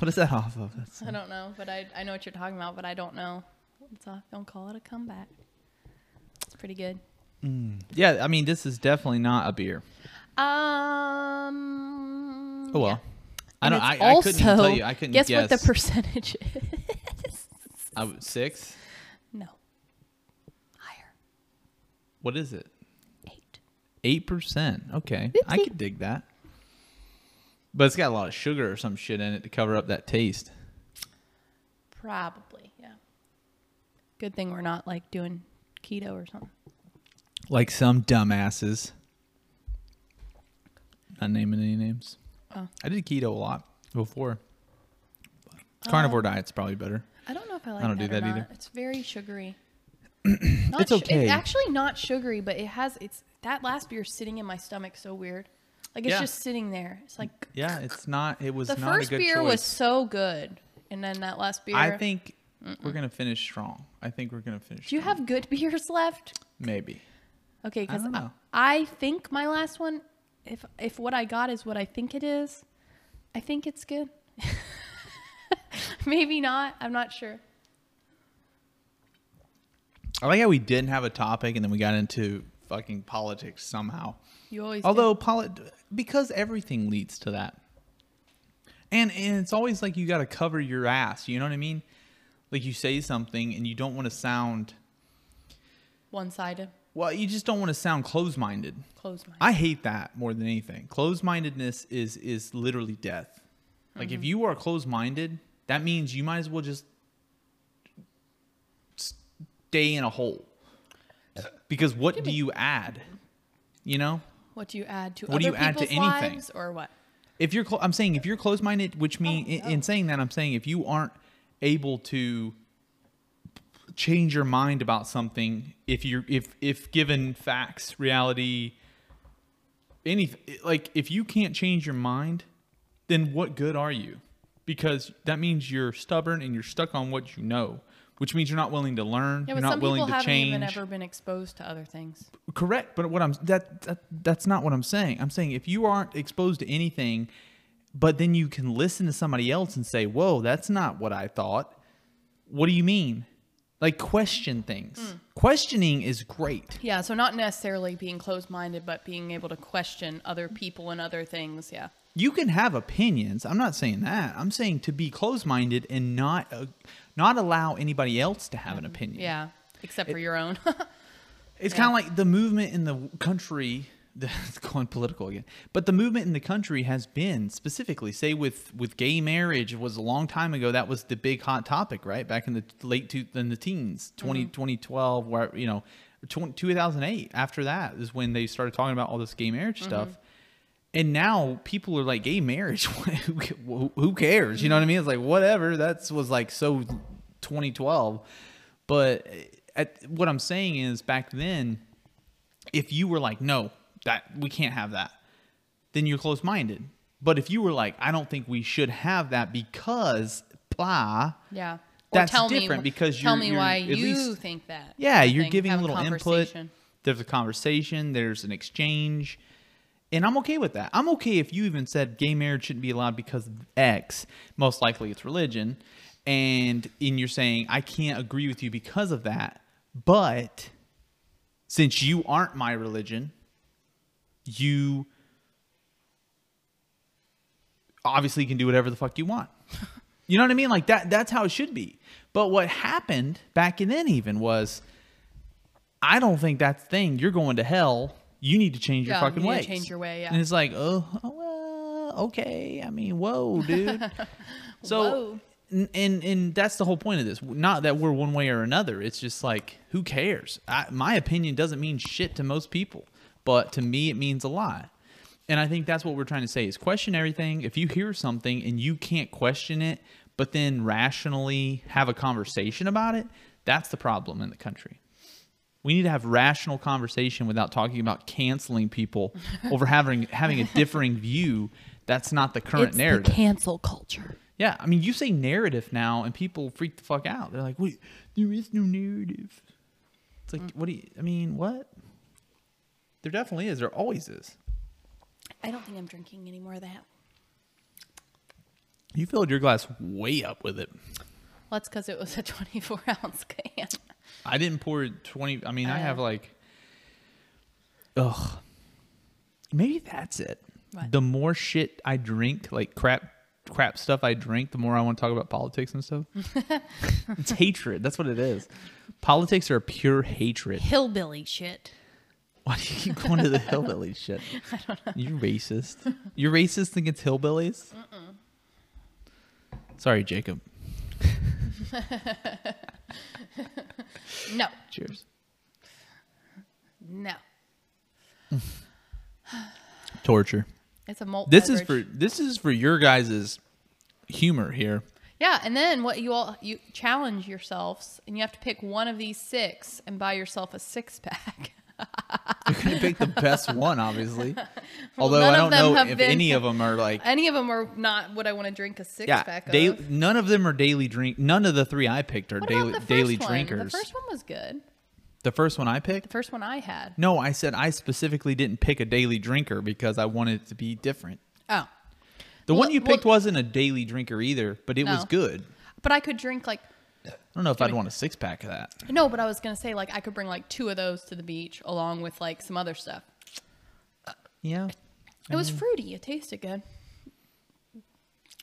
Speaker 1: what is that off of? That's,
Speaker 2: I don't know, but I I know what you're talking about, but I don't know. It's a, don't call it a comeback. It's pretty good.
Speaker 1: yeah, I mean, this is definitely not a beer.
Speaker 2: Um.
Speaker 1: Oh well. I
Speaker 2: And
Speaker 1: don't. I,
Speaker 2: it's
Speaker 1: I couldn't even
Speaker 2: also-
Speaker 1: tell you. I couldn't guess.
Speaker 2: guess, what the percentage is.
Speaker 1: I w- six.
Speaker 2: no. Higher.
Speaker 1: What is it?
Speaker 2: Eight.
Speaker 1: Eight percent. Okay, I
Speaker 2: Oopsie.
Speaker 1: could dig that. But it's got a lot of sugar or some shit in it to cover up that taste.
Speaker 2: Probably. Yeah. Good thing we're not like doing keto or something.
Speaker 1: Like some dumbasses. Not naming any names.
Speaker 2: Oh.
Speaker 1: I did keto a lot before. Carnivore
Speaker 2: Uh-huh.
Speaker 1: diet's probably better.
Speaker 2: I don't know if I like.
Speaker 1: don't do
Speaker 2: that, or
Speaker 1: that either.
Speaker 2: not. It's very sugary. Not
Speaker 1: It's
Speaker 2: su-
Speaker 1: okay.
Speaker 2: actually not sugary, but it has it's that last beer sitting in my stomach so weird. Like it's
Speaker 1: Yeah.
Speaker 2: just sitting there. It's like
Speaker 1: Yeah, it's not. It was
Speaker 2: the
Speaker 1: not
Speaker 2: first
Speaker 1: a good
Speaker 2: beer
Speaker 1: choice.
Speaker 2: was so good, and then that last beer.
Speaker 1: I think we're gonna finish strong. I think we're gonna finish.
Speaker 2: Do you
Speaker 1: strong.
Speaker 2: have good beers left?
Speaker 1: maybe?
Speaker 2: Okay, because
Speaker 1: don't
Speaker 2: I,
Speaker 1: know.
Speaker 2: I think my last one, if if what I got is what I think it is, I think it's good. Maybe not. I'm not sure.
Speaker 1: I like how we didn't have a topic and then we got into fucking politics somehow.
Speaker 2: You always. do.
Speaker 1: Although polit- because everything leads to that. And and it's always like you got to cover your ass, you know what I mean? Like you say something and you don't want to sound
Speaker 2: one-sided,
Speaker 1: well, you just don't want to sound closed-minded.
Speaker 2: close mind.
Speaker 1: I hate that more than anything. Closed-mindedness is is literally death. Like if you are closed-minded, that means you might as well just stay in a hole. Because what do you add? You know?
Speaker 2: what do you add to?
Speaker 1: What
Speaker 2: other
Speaker 1: do you add to
Speaker 2: people's
Speaker 1: anything?
Speaker 2: lives or what?
Speaker 1: if you're clo- i'm saying if you're closed-minded which mean
Speaker 2: Oh,
Speaker 1: in,
Speaker 2: no.
Speaker 1: in saying that i'm saying if you aren't able to change your mind about something if you're if if given facts reality any like if you can't change your mind then what good are you because that means you're stubborn and you're stuck on what you know which means you're not willing to learn
Speaker 2: Yeah,
Speaker 1: you're
Speaker 2: but
Speaker 1: not
Speaker 2: some
Speaker 1: willing
Speaker 2: people
Speaker 1: to
Speaker 2: haven't
Speaker 1: change
Speaker 2: even ever been exposed to other things.
Speaker 1: Correct, but what I'm that, that that's not what I'm saying. I'm saying if you aren't exposed to anything, but then you can listen to somebody else and say, "Whoa, that's not what I thought." What do you mean? Like question things. Questioning is great.
Speaker 2: Yeah, so not necessarily being closed-minded, but being able to question other people and other things. Yeah.
Speaker 1: You can have opinions. I'm not saying that. I'm saying to be closed-minded and not uh, not allow anybody else to have an opinion.
Speaker 2: Yeah. Except for your own.
Speaker 1: It's
Speaker 2: Yeah.
Speaker 1: kind of like the movement in the country. It's going political again, but the movement in the country has been specifically, say, with with gay marriage was a long time ago. That was the big hot topic, right? Back in the late two, in the teens, 20, 2012, where you know, 20, 2008. After that is when they started talking about all this gay marriage stuff. And now people are like, gay marriage, who who cares? You know what I mean? It's like, whatever. That's was like so 2012. But at, what I'm saying is back then, if you were like, no, that we can't have that, then you're close minded. But if you were like, I don't think we should have that because blah,
Speaker 2: Yeah. Or
Speaker 1: That's
Speaker 2: tell
Speaker 1: different
Speaker 2: me,
Speaker 1: because
Speaker 2: tell
Speaker 1: you're-
Speaker 2: me
Speaker 1: you're
Speaker 2: why
Speaker 1: at
Speaker 2: you
Speaker 1: least-
Speaker 2: think that.
Speaker 1: yeah,
Speaker 2: kind of
Speaker 1: you're
Speaker 2: thing.
Speaker 1: giving
Speaker 2: Have
Speaker 1: a little input.
Speaker 2: conversation.
Speaker 1: There's a conversation. There's an exchange, and I'm okay with that. I'm okay if you even said gay marriage shouldn't be allowed because of X. Most likely, it's religion, and in you're saying I can't agree with you because of that. But since you aren't my religion, you obviously can do whatever the fuck you want. You know what I mean? Like that that's how it should be. But what happened back in then even was I don't think that's the thing. You're going to hell. You need to change
Speaker 2: Yeah,
Speaker 1: your fucking
Speaker 2: you need
Speaker 1: ways.
Speaker 2: to change your way, yeah.
Speaker 1: And it's like, oh, oh, well, okay. I mean, whoa, dude. so,
Speaker 2: Whoa.
Speaker 1: n and and that's the whole point of this. Not that we're one way or another. It's just like, who cares? I, my opinion doesn't mean shit to most people, but to me, it means a lot. And I think that's what we're trying to say is question everything. If you hear something and you can't question it, but then rationally have a conversation about it, that's the problem in the country. We need to have rational conversation without talking about canceling people over having having a differing view. That's not the current
Speaker 2: It's
Speaker 1: narrative.
Speaker 2: the cancel culture.
Speaker 1: yeah, I mean, you say narrative now, and people freak the fuck out. They're like, "Wait, there is no narrative." It's like, what do you? I mean, what? Mm. There definitely is. There always is.
Speaker 2: I don't think I'm drinking any more of that.
Speaker 1: You filled your glass way up with it.
Speaker 2: Well, that's because it was a 24 ounce can.
Speaker 1: I didn't pour 20. I mean, I
Speaker 2: Uh.
Speaker 1: have like, ugh. Maybe that's it.
Speaker 2: What?
Speaker 1: The more shit I drink, like crap, crap stuff I drink, the more I want to talk about politics and stuff. it's hatred. That's what it is. Politics are pure hatred.
Speaker 2: Hillbilly shit.
Speaker 1: Why do you keep going to the hillbilly shit? I don't know. You're racist. You're racist against hillbillies? Sorry, Jacob.
Speaker 2: No,
Speaker 1: Cheers.
Speaker 2: no.
Speaker 1: Torture.
Speaker 2: It's a malt.
Speaker 1: This is for
Speaker 2: beverage.
Speaker 1: this is for your guys' humor here.
Speaker 2: Yeah, and then what you all you challenge yourselves, and you have to pick one of these six and buy yourself a six pack.
Speaker 1: You're gonna pick the best one, obviously. Although
Speaker 2: none
Speaker 1: I
Speaker 2: of
Speaker 1: don't
Speaker 2: them
Speaker 1: know
Speaker 2: have
Speaker 1: if
Speaker 2: been-
Speaker 1: any of them are like
Speaker 2: Any of them are not what I want to drink a six
Speaker 1: yeah.
Speaker 2: pack of.
Speaker 1: Daily, none of them are daily drink. None of the three I picked are
Speaker 2: What
Speaker 1: daily
Speaker 2: about the
Speaker 1: daily
Speaker 2: first one?
Speaker 1: drinkers.
Speaker 2: The first one was good.
Speaker 1: the first one I picked.
Speaker 2: The first one I had.
Speaker 1: No, I said I specifically didn't pick a daily drinker because I wanted it to be different.
Speaker 2: Oh,
Speaker 1: The one
Speaker 2: Well-
Speaker 1: you picked
Speaker 2: well-
Speaker 1: wasn't a daily drinker either, but it was
Speaker 2: No.
Speaker 1: good. I
Speaker 2: but I could drink like
Speaker 1: don't know if I'd want a six pack of that.
Speaker 2: no, but I was gonna say like I could bring like two of those to the beach along with like some other stuff.
Speaker 1: Yeah.
Speaker 2: It was
Speaker 1: Mm-hmm.
Speaker 2: fruity. It tasted good.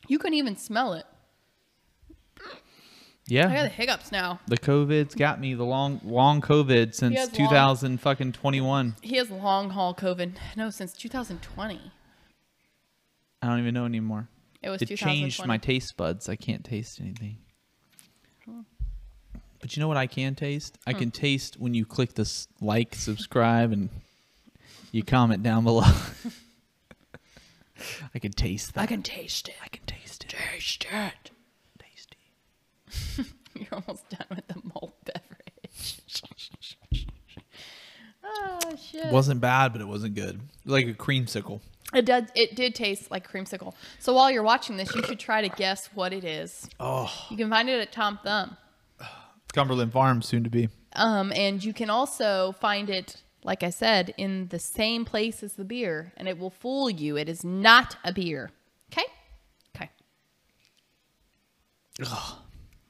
Speaker 2: You couldn't even smell it. I got the
Speaker 1: Yeah.
Speaker 2: hiccups now.
Speaker 1: The COVID's got me. The long long COVID since
Speaker 2: has long-
Speaker 1: 2000 fucking 21.
Speaker 2: He has long haul COVID. No, since 2020.
Speaker 1: I don't even know anymore.
Speaker 2: It was
Speaker 1: It changed
Speaker 2: 2020.
Speaker 1: my taste buds. I can't taste anything. But you know what I can taste? I can taste when you click this like, subscribe, and you comment down below. I can taste that.
Speaker 2: can taste it.
Speaker 1: I can taste it. Taste it. Tasty.
Speaker 2: You're almost done with the malt beverage. oh shit!
Speaker 1: It wasn't bad, but it wasn't good. It was like a creamsicle.
Speaker 2: It did. It did taste like creamsicle. So while you're watching this, you should try to guess what it is.
Speaker 1: Oh,
Speaker 2: You can find it at Tom Thumb,
Speaker 1: Cumberland Farms soon to be.
Speaker 2: um, and you can also find it, like I said, in the same place as the beer, and it will fool you. It is not a beer. Okay. Okay.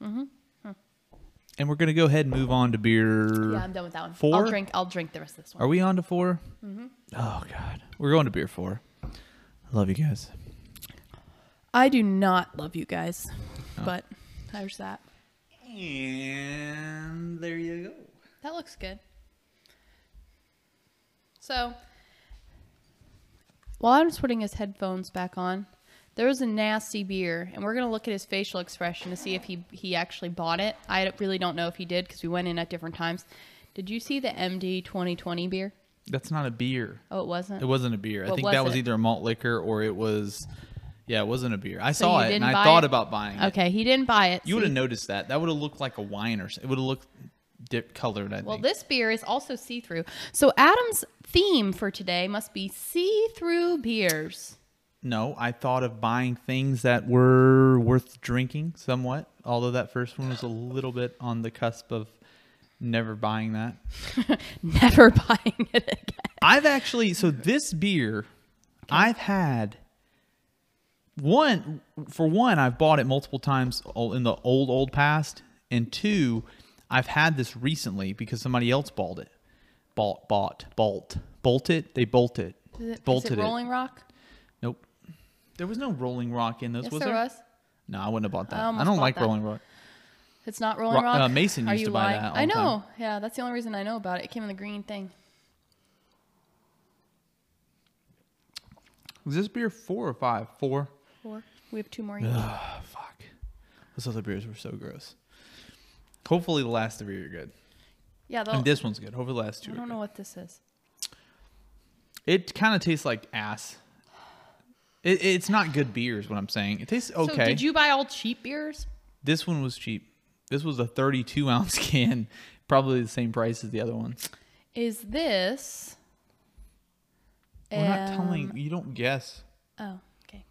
Speaker 2: Mm-hmm.
Speaker 1: And we're gonna go ahead and move on to beer.
Speaker 2: Hmm. Yeah, I'm done with that one.
Speaker 1: Four?
Speaker 2: I'll drink. I'll drink the rest of this one.
Speaker 1: Are we on to 4
Speaker 2: Mm-hmm.
Speaker 1: Oh God, we're going to beer four. I love you guys.
Speaker 2: I do not love you guys, but there's that.
Speaker 1: And there you go.
Speaker 2: That looks good. So, while Adam's putting his headphones back on, there was a nasty beer, and we're gonna look at his facial expression to see if he he actually bought it. I really don't know if he did because we went in at different times. Did you see the MD 2020 beer?
Speaker 1: That's not a beer.
Speaker 2: Oh, it wasn't.
Speaker 1: It wasn't a beer. I
Speaker 2: What
Speaker 1: think
Speaker 2: was
Speaker 1: that was
Speaker 2: it?
Speaker 1: either a malt liquor or it was. Yeah, it wasn't a beer. I saw it
Speaker 2: you
Speaker 1: and
Speaker 2: didn't
Speaker 1: I
Speaker 2: buy
Speaker 1: thought
Speaker 2: it?
Speaker 1: about buying it.
Speaker 2: Okay, he didn't buy it.
Speaker 1: You would
Speaker 2: see?
Speaker 1: have noticed that. That would have looked like a wine or s- it would have looked dip colored. I
Speaker 2: Well,
Speaker 1: think.
Speaker 2: this beer is also see through. So Adam's theme for today must be see through beers.
Speaker 1: No, I thought of buying things that were worth drinking somewhat, although that first one was a little bit on the cusp of never buying that.
Speaker 2: Never buying it again.
Speaker 1: I've actually, so this beer, I've had one, for one, I've bought it multiple times o- in the old, old past, and two, I've had this recently because somebody else bought it. Bought, bought, bolt, bolt it, they bolt it.
Speaker 2: Is it, is
Speaker 1: bolted
Speaker 2: it Rolling Rock?
Speaker 1: Nope. There was no Rolling Rock in those,
Speaker 2: Yes,
Speaker 1: was
Speaker 2: there was.
Speaker 1: No, I wouldn't have bought that. I,
Speaker 2: almost
Speaker 1: don't
Speaker 2: bought
Speaker 1: like
Speaker 2: that.
Speaker 1: Rolling Rock.
Speaker 2: It's not Rolling
Speaker 1: Ro-
Speaker 2: Rock.
Speaker 1: uh, Mason
Speaker 2: Are
Speaker 1: used
Speaker 2: you
Speaker 1: to buy
Speaker 2: lying?
Speaker 1: that all
Speaker 2: I
Speaker 1: the time.
Speaker 2: know. Yeah, that's the only reason I know about it. It came in the green thing.
Speaker 1: Was this beer four or five? Four.
Speaker 2: Four. We have two more. each.
Speaker 1: Oh, fuck. Those other beers were so gross. Hopefully the last three are good.
Speaker 2: Yeah, though.
Speaker 1: And this one's good. Hopefully the last two
Speaker 2: Oh. I
Speaker 1: are
Speaker 2: don't
Speaker 1: good.
Speaker 2: know what this is.
Speaker 1: It kind of tastes like ass. It, it's not good beer is what I'm saying. It tastes okay.
Speaker 2: So did you buy all cheap beers?
Speaker 1: this one was cheap. This was a 32 ounce can, probably the same price as the other one.
Speaker 2: Is this?
Speaker 1: We're not
Speaker 2: um,
Speaker 1: telling. You don't guess.
Speaker 2: Oh, okay.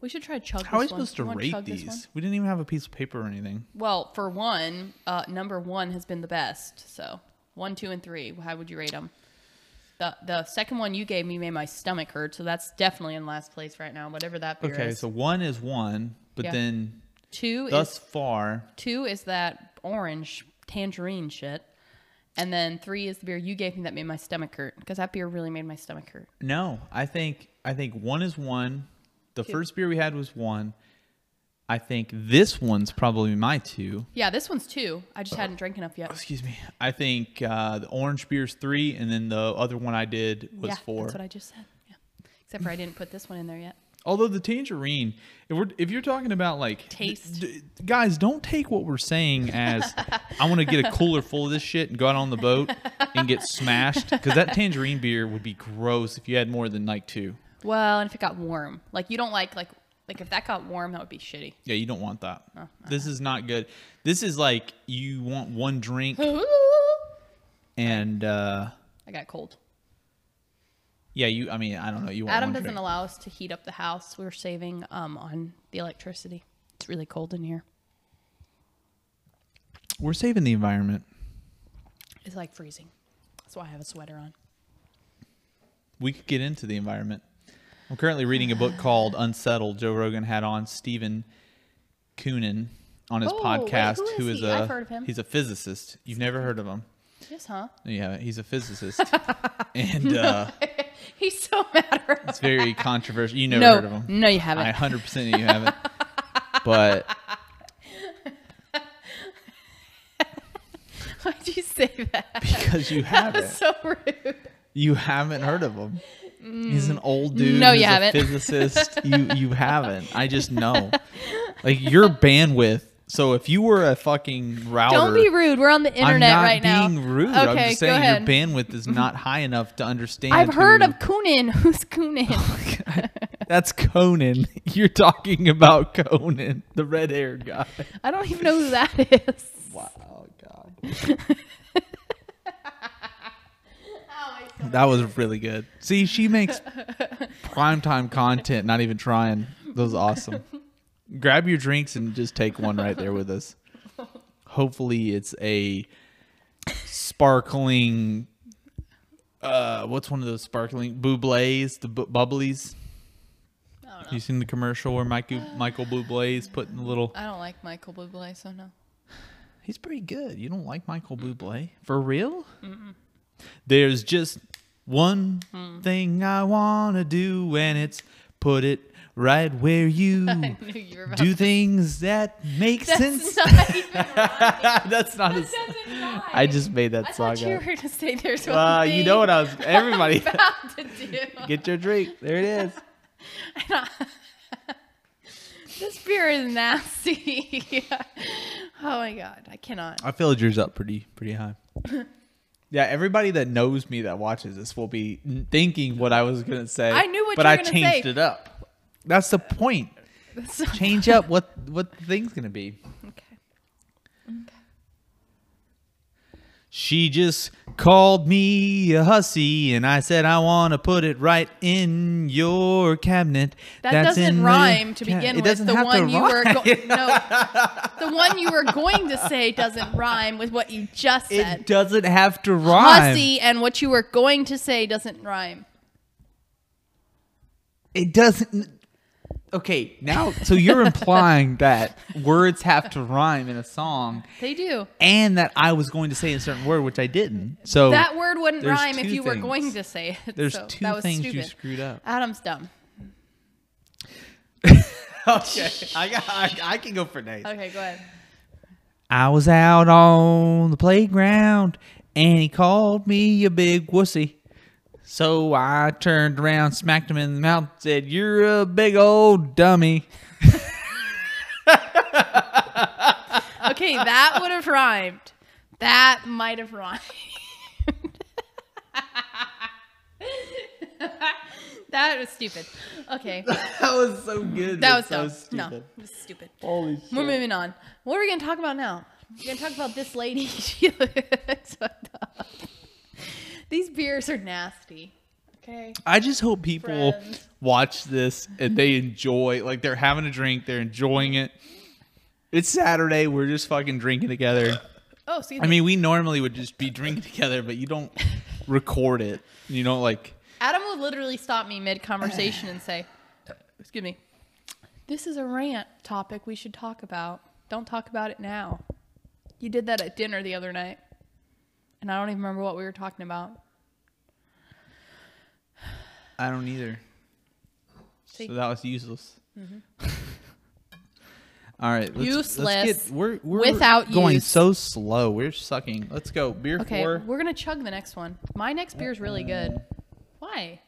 Speaker 2: We should try chug.
Speaker 1: How are we
Speaker 2: this one.
Speaker 1: supposed to
Speaker 2: You wanna
Speaker 1: rate
Speaker 2: chug this one?
Speaker 1: these? We didn't even have a piece of paper or anything.
Speaker 2: Well, for one, uh, number one has been the best. So one, two, and three. How would you rate them? The the second one you gave me made my stomach hurt, so that's definitely in last place right now. Whatever that beer
Speaker 1: Okay,
Speaker 2: is.
Speaker 1: so one is one, but
Speaker 2: Yeah.
Speaker 1: then
Speaker 2: two is
Speaker 1: thus far,
Speaker 2: Two is that orange tangerine shit. And then three is the beer you gave me that made my stomach hurt because that beer really made my stomach hurt.
Speaker 1: no. I think I think one is one. The first beer we had was one. I think this one's probably my two.
Speaker 2: Yeah, this one's two. I
Speaker 1: Oh.
Speaker 2: just hadn't drank enough yet.
Speaker 1: Excuse me. I think uh, the orange beer's three, and then the other one I did was
Speaker 2: yeah,
Speaker 1: four.
Speaker 2: that's what I just said. Yeah, except for I didn't put this one in there yet.
Speaker 1: Although the tangerine, if, we're, if you're talking about like
Speaker 2: Taste.
Speaker 1: d- d- guys, don't take what we're saying as I want to get a cooler full of this shit and go out on the boat and get smashed because that tangerine beer would be gross if you had more than like two.
Speaker 2: Well, and if it got warm, like you don't like like like if that got warm, that would be shitty.
Speaker 1: Yeah, you don't want that.
Speaker 2: Oh,
Speaker 1: This is not good. This is like you want one drink
Speaker 2: I
Speaker 1: and uh,
Speaker 2: got cold.
Speaker 1: yeah, you. I mean, I don't know. You want
Speaker 2: Adam
Speaker 1: one
Speaker 2: doesn't
Speaker 1: drink.
Speaker 2: allow us to heat up the house. We're saving um on the electricity. It's really cold in here.
Speaker 1: We're saving the environment.
Speaker 2: It's like freezing. That's why I have a sweater on.
Speaker 1: we could get into the environment. I'm currently reading a book called Unsettled. Joe Rogan had on Stephen Coonan on his
Speaker 2: Oh, wait,
Speaker 1: podcast,
Speaker 2: who is he?
Speaker 1: a
Speaker 2: I've heard of him.
Speaker 1: he's a physicist. You've never heard of him?
Speaker 2: Yes, huh?
Speaker 1: No, you haven't. He's a physicist, and uh,
Speaker 2: He's so mad at
Speaker 1: it's very controversial. You never
Speaker 2: No,
Speaker 1: heard of him?
Speaker 2: no, you haven't.
Speaker 1: I 100 percent you haven't. But
Speaker 2: Why'd you say that?
Speaker 1: because you
Speaker 2: That's
Speaker 1: haven't,
Speaker 2: so rude.
Speaker 1: you haven't heard of him. He's an old dude.
Speaker 2: Mm. No, you
Speaker 1: who's a
Speaker 2: haven't.
Speaker 1: physicist. you you haven't. I just know. Like your bandwidth. So if you were a fucking router,
Speaker 2: Don't be rude. We're on the internet
Speaker 1: I'm not
Speaker 2: right now.
Speaker 1: being rude.
Speaker 2: Okay,
Speaker 1: I'm just
Speaker 2: go
Speaker 1: saying your
Speaker 2: ahead.
Speaker 1: bandwidth is not high enough to understand.
Speaker 2: I've heard
Speaker 1: who-
Speaker 2: of Kunin. Who's Kunin?
Speaker 1: That's Conan. You're talking about Conan, the red-haired guy.
Speaker 2: I don't even know who that is.
Speaker 1: Wow, God,
Speaker 2: Oh,
Speaker 1: that was really good. See, she makes primetime content. Not even trying. That was awesome. Grab your drinks and just take one right there with us. Hopefully, it's a sparkling. Uh, what's one of those sparkling bublés? The bu- bubblies.
Speaker 2: I don't know.
Speaker 1: You seen the commercial where Michael Michael Bublé is putting a little?
Speaker 2: I don't like Michael Bublé, so no.
Speaker 1: He's pretty good. You don't like Michael Bublé for real? There's just one
Speaker 2: Mm.
Speaker 1: thing I wanna do, and it's put it right where you
Speaker 2: I knew you were about
Speaker 1: do things that make
Speaker 2: That's
Speaker 1: sense.
Speaker 2: not even right.
Speaker 1: That's not. a s-
Speaker 2: Doesn't rhyme.
Speaker 1: I just made that
Speaker 2: I
Speaker 1: song
Speaker 2: thought you were
Speaker 1: up.
Speaker 2: going to say there's one
Speaker 1: Uh, you know what
Speaker 2: thing
Speaker 1: I was? Everybody,
Speaker 2: I'm about to do.
Speaker 1: get your drink. There it is.
Speaker 2: this beer is nasty. oh my god, I cannot.
Speaker 1: I filled yours up pretty pretty high. yeah, everybody that knows me that watches this will be thinking what I was gonna say.
Speaker 2: I knew what
Speaker 1: but
Speaker 2: you were
Speaker 1: I
Speaker 2: gonna
Speaker 1: changed
Speaker 2: say.
Speaker 1: it up. That's the point.
Speaker 2: That's so-
Speaker 1: Change up what what the thing's gonna be.
Speaker 2: Okay.
Speaker 1: She just called me a hussy, and I said I want to put it right in your cabinet.
Speaker 2: That
Speaker 1: That's in
Speaker 2: doesn't
Speaker 1: the
Speaker 2: rhyme to
Speaker 1: ca- It
Speaker 2: begin with.
Speaker 1: doesn't
Speaker 2: The
Speaker 1: have to
Speaker 2: one you were
Speaker 1: rhyme.
Speaker 2: go- no, the one you were going to say doesn't rhyme with what you just
Speaker 1: It
Speaker 2: said.
Speaker 1: doesn't have to rhyme.
Speaker 2: Hussy and what you were going to say doesn't rhyme.
Speaker 1: It doesn't. Okay, now so you're implying that words have to rhyme in a song,
Speaker 2: They do.
Speaker 1: and that I was going to say a certain word which I didn't. So
Speaker 2: That word wouldn't
Speaker 1: there's
Speaker 2: rhyme if
Speaker 1: two
Speaker 2: you were
Speaker 1: things.
Speaker 2: going to say it.
Speaker 1: there's
Speaker 2: so
Speaker 1: two
Speaker 2: that was
Speaker 1: things
Speaker 2: stupid.
Speaker 1: you screwed up.
Speaker 2: Adam's dumb.
Speaker 3: okay, I got. I, I can go for Nate.
Speaker 2: Okay, go ahead.
Speaker 1: I was out on the playground and he called me a big wussy. So I turned around, smacked him in the mouth, and said, You're a big old dummy.
Speaker 2: Okay, that would have rhymed. That might have rhymed. that was stupid. Okay,
Speaker 3: That was so good.
Speaker 2: that was
Speaker 3: It's so
Speaker 2: dumb. No,
Speaker 3: stupid.
Speaker 2: it was stupid.
Speaker 3: Holy shit.
Speaker 2: We're moving on. What are we gonna talk about now? We're gonna talk about this lady. she looks fucked up. These beers are nasty. Okay.
Speaker 1: I just hope people
Speaker 2: Friends.
Speaker 1: watch this and they enjoy, like, they're having a drink, they're enjoying it. It's Saturday, we're just fucking drinking together.
Speaker 2: Oh, see.
Speaker 1: I mean, we normally would just be drinking together, but you don't record it. You know, like,
Speaker 2: Adam would literally stop me mid conversation and say, "Excuse me, this is a rant topic we should talk about. Don't talk about it now." You did that at dinner the other night, and I don't even remember what we were talking about.
Speaker 1: I don't either.
Speaker 2: See? Mm-hmm.
Speaker 1: So that was useless. All right, let's, Let's
Speaker 2: Useless.
Speaker 1: get, we're, we're
Speaker 2: Without
Speaker 1: going
Speaker 2: use.
Speaker 1: so slow. We're sucking. Let's go. Beer
Speaker 2: Okay,
Speaker 1: four.
Speaker 2: we're gonna chug the next one. My next beer is really good. Why?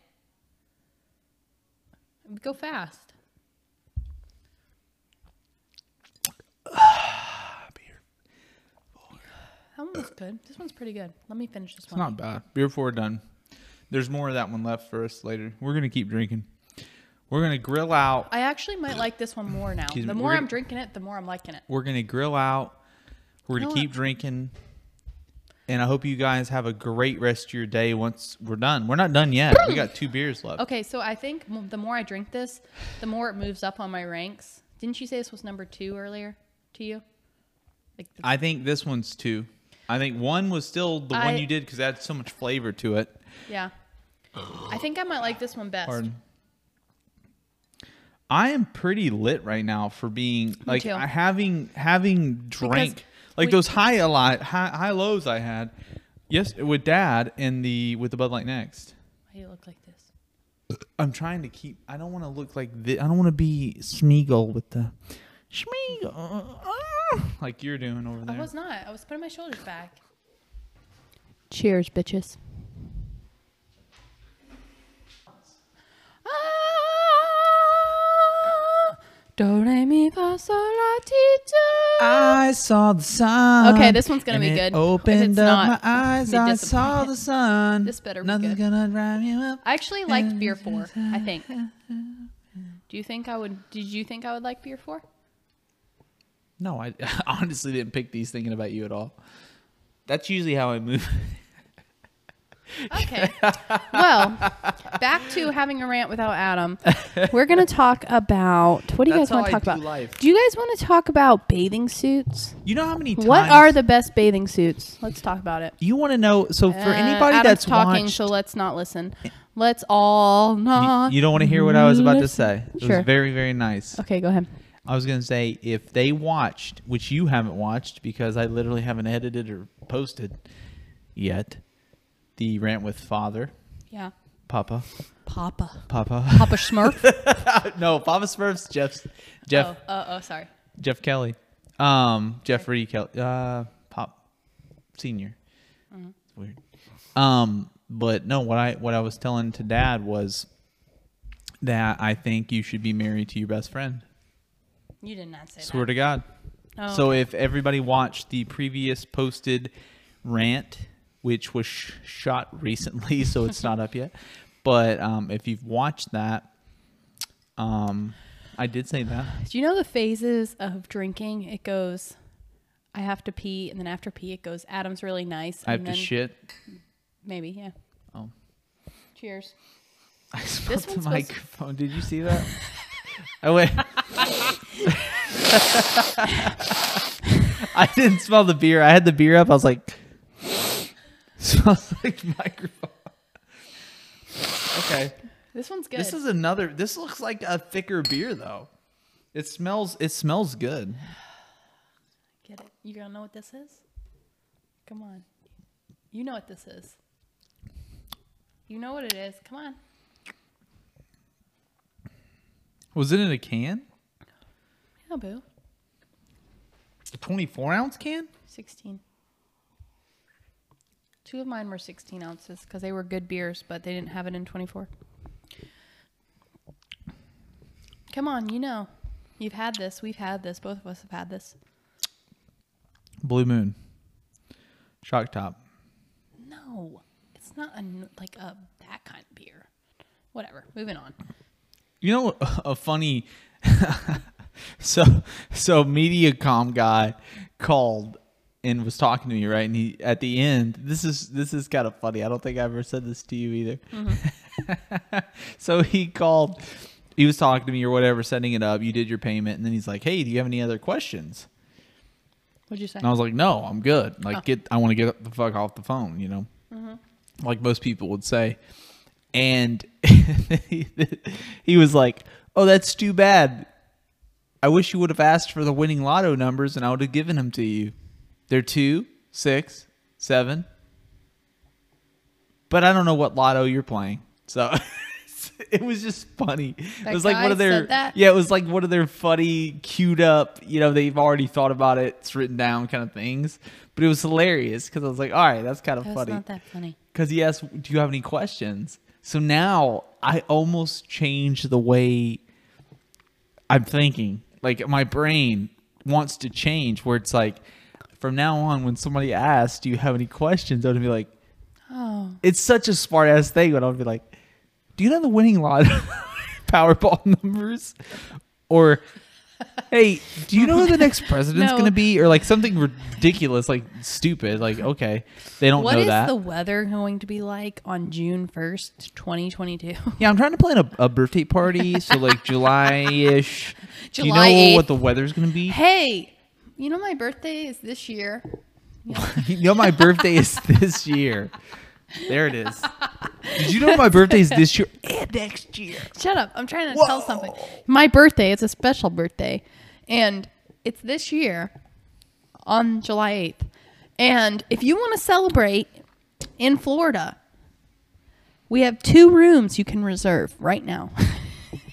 Speaker 2: Go fast.
Speaker 1: Beer.
Speaker 2: That one was good. This one's pretty good. Let me finish this
Speaker 1: It's
Speaker 2: one.
Speaker 1: not bad. Beer four done. There's more of that one left for us later. We're gonna keep drinking. We're gonna grill out.
Speaker 2: I actually might like this one more now.
Speaker 1: Excuse
Speaker 2: The
Speaker 1: me,
Speaker 2: more
Speaker 1: we're
Speaker 2: I'm
Speaker 1: gonna-
Speaker 2: drinking it, the more I'm liking it.
Speaker 1: We're gonna grill out. We're gonna
Speaker 2: You know
Speaker 1: keep
Speaker 2: what?
Speaker 1: drinking. And I hope you guys have a great rest of your day once we're done. We're not done yet. we got two beers left.
Speaker 2: Okay, so I think m- the more I drink this, the more it moves up on my ranks. Didn't you say this was number two earlier to you? Like the,
Speaker 1: I think this one's two. I think one was still the
Speaker 2: I-
Speaker 1: one you did because it had so much flavor to it.
Speaker 2: yeah. I think I might like this one best.
Speaker 1: Pardon. I am pretty lit right now for being like
Speaker 2: too.
Speaker 1: I- having having drank like
Speaker 2: we-
Speaker 1: those high a lot high, high lows I had. Yes, with Dad and the with the Bud Light next.
Speaker 2: Why do you look like this?
Speaker 1: I'm trying to keep. I don't want to look like this. I don't want to be Smeagol with the Smeagol ah, like you're doing over there.
Speaker 2: I was not. I was putting my shoulders back. Cheers, bitches. Ah, Do re mi fa sol la ti do.
Speaker 1: I saw the sun.
Speaker 2: Okay, this one's gonna
Speaker 1: and
Speaker 2: be
Speaker 1: it
Speaker 2: good. If
Speaker 1: Opened
Speaker 2: it's
Speaker 1: up
Speaker 2: not,
Speaker 1: my eyes.
Speaker 2: I'll be
Speaker 1: I saw
Speaker 2: disappointed.
Speaker 1: the sun.
Speaker 2: This better be
Speaker 1: Nothing's
Speaker 2: good.
Speaker 1: gonna drive you up.
Speaker 2: I actually liked beer four. I think. Do you think I would? Did you think I would like beer four?
Speaker 1: No, I honestly didn't pick these thinking about you at all. That's usually how I move.
Speaker 2: Okay. well, back to having a rant without Adam. We're gonna talk about what do you
Speaker 1: That's
Speaker 2: guys want
Speaker 1: how I
Speaker 2: to talk
Speaker 1: do
Speaker 2: about?
Speaker 1: life.
Speaker 2: Do you guys want to talk about bathing suits?
Speaker 1: You know how many times?
Speaker 2: What are the best bathing suits? Let's talk about it.
Speaker 1: You want to know? So for
Speaker 2: Uh,
Speaker 1: anybody
Speaker 2: Adam's
Speaker 1: that's
Speaker 2: talking,
Speaker 1: watched,
Speaker 2: so let's not listen. Let's all
Speaker 1: you,
Speaker 2: not.
Speaker 1: you don't want to hear what I was about to say. It
Speaker 2: Sure.
Speaker 1: was very, very nice.
Speaker 2: okay, go ahead.
Speaker 1: I was gonna say if they watched, which you haven't watched because I literally haven't edited or posted yet, the rant with father,
Speaker 2: Yeah,
Speaker 1: Papa,
Speaker 2: Papa,
Speaker 1: Papa.
Speaker 2: Papa Smurf.
Speaker 1: no, Papa Smurfs, Jeff's, Jeff,
Speaker 2: oh, oh, oh, sorry.
Speaker 1: Jeff Kelly, um, Jeffrey Kelly, uh, Pop Senior.
Speaker 2: Mm-hmm.
Speaker 1: It's weird. Um, but no, what I what I was telling to Dad was that I think you should be married to your best friend.
Speaker 2: You did not say
Speaker 1: Swear to God.
Speaker 2: Oh,
Speaker 1: so if everybody watched the previous posted rant, which was sh- shot recently, so it's not up yet, but um, if you've watched that, um, I did say that.
Speaker 2: Do you know the phases of drinking? It goes, I have to pee, and then after pee, it goes, Adam's really nice.
Speaker 1: I have
Speaker 2: and
Speaker 1: to
Speaker 2: then
Speaker 1: shit.
Speaker 2: Maybe, yeah.
Speaker 1: Oh,
Speaker 2: Cheers.
Speaker 1: I smelled
Speaker 2: one's
Speaker 1: the
Speaker 2: supposed-
Speaker 1: microphone. Did you see that? I went. I didn't smell the beer. I had the beer up. I was like, smells like microphone. Okay.
Speaker 2: This one's good.
Speaker 1: This is another. This looks like a thicker beer though. It smells. It smells good.
Speaker 2: Get it? You gonna know what this is? Come on. You know what this is. You know what it is. Come on.
Speaker 1: Was it in a can?
Speaker 2: Yeah, boo.
Speaker 1: A 24 ounce can?
Speaker 2: 16. Two of mine were 16 ounces because they were good beers, but they didn't have it in 24. Come on, you know. You've had this. We've had this. Both of us have had this.
Speaker 1: Blue Moon. Shock Top.
Speaker 2: No, it's not a, n- like a that kind of beer. Whatever. Moving on.
Speaker 1: You know, a funny. so, so MediaCom guy called and was talking to me, right? And he at the end, this is this is kind of funny. I don't think I ever said this to you either. so he called. He was talking to me or whatever, setting it up. You did your payment, and then he's like, "Hey, do you have any other questions?"
Speaker 2: What'd you say?
Speaker 1: And I was like, no, I'm good.
Speaker 2: Oh.
Speaker 1: Like, get, I want to get the fuck off the phone, you know,
Speaker 2: Mm-hmm.
Speaker 1: like most people would say. And he, he was like, oh, that's too bad. I wish you would have asked for the winning lotto numbers and I would have given them to you. They're two, six, seven. But I don't know what lotto you're playing. So it was just funny.
Speaker 2: That
Speaker 1: it was like
Speaker 2: guy
Speaker 1: one of their
Speaker 2: said that?
Speaker 1: yeah, it was like one of their funny, queued up, you know, they've already thought about it, it's written down kind of things. But it was hilarious because I was like, all right, that's kind of
Speaker 2: that was
Speaker 1: funny.
Speaker 2: not that funny.
Speaker 1: Because he asked, do you have any questions? So now I almost changed the way I'm thinking. Like my brain wants to change where it's like, from now on, when somebody asks, do you have any questions? I would be like,
Speaker 2: Oh.
Speaker 1: it's such a smart ass thing when I'll be like, do you know the winning lot Powerball numbers? Or hey, do you know who the next president's
Speaker 2: No.
Speaker 1: gonna be? Or like something ridiculous, like stupid, like okay. They don't
Speaker 2: What
Speaker 1: know
Speaker 2: is
Speaker 1: that.
Speaker 2: the weather going to be like on June 1st, 2022?
Speaker 1: yeah, I'm trying to plan a, a birthday party, so like July ish. Do you know
Speaker 2: July 8th.
Speaker 1: what the weather's gonna be?
Speaker 2: hey, you know my birthday is this year.
Speaker 1: you know my birthday is this year. There it is. Did you know my birthday is this year and next year?
Speaker 2: Shut up. I'm trying to tell something. My birthday, it's a special birthday. And it's this year on July 8th. And if you want to celebrate in Florida, we have two rooms you can reserve right now.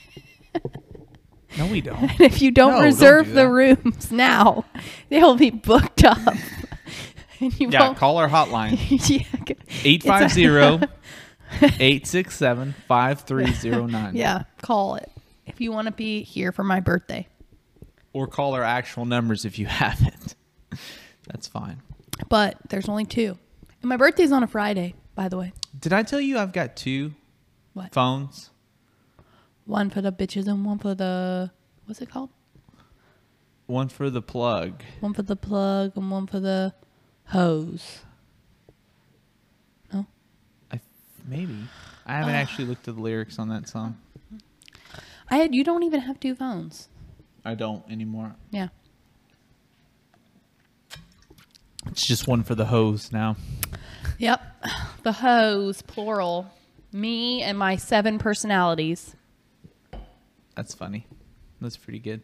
Speaker 1: No, we don't.
Speaker 2: And if you don't
Speaker 1: No, don't
Speaker 2: reserve
Speaker 1: do
Speaker 2: the
Speaker 1: that.
Speaker 2: rooms now, they'll be booked up. and you
Speaker 1: Yeah,
Speaker 2: won't.
Speaker 1: call our hotline.
Speaker 2: yeah, okay. It's a-
Speaker 1: 850-867-5309
Speaker 2: yeah, call it if you want to be here for my birthday.
Speaker 1: or call our actual numbers if you haven't that's fine
Speaker 2: But there's only two. And my birthday's on a Friday, by the way.
Speaker 1: did i tell you i've got two
Speaker 2: What?
Speaker 1: phones
Speaker 2: One for the bitches and one for the what's it called?
Speaker 1: one for the plug
Speaker 2: One for the plug and one for the hose. No.
Speaker 1: I, maybe i haven't actually looked at the lyrics on that song
Speaker 2: I had you don't even have two phones.
Speaker 1: i don't anymore
Speaker 2: Yeah.
Speaker 1: it's just one for the hose now
Speaker 2: Yep. The hose, plural. Me and my seven personalities.
Speaker 1: that's funny that's pretty good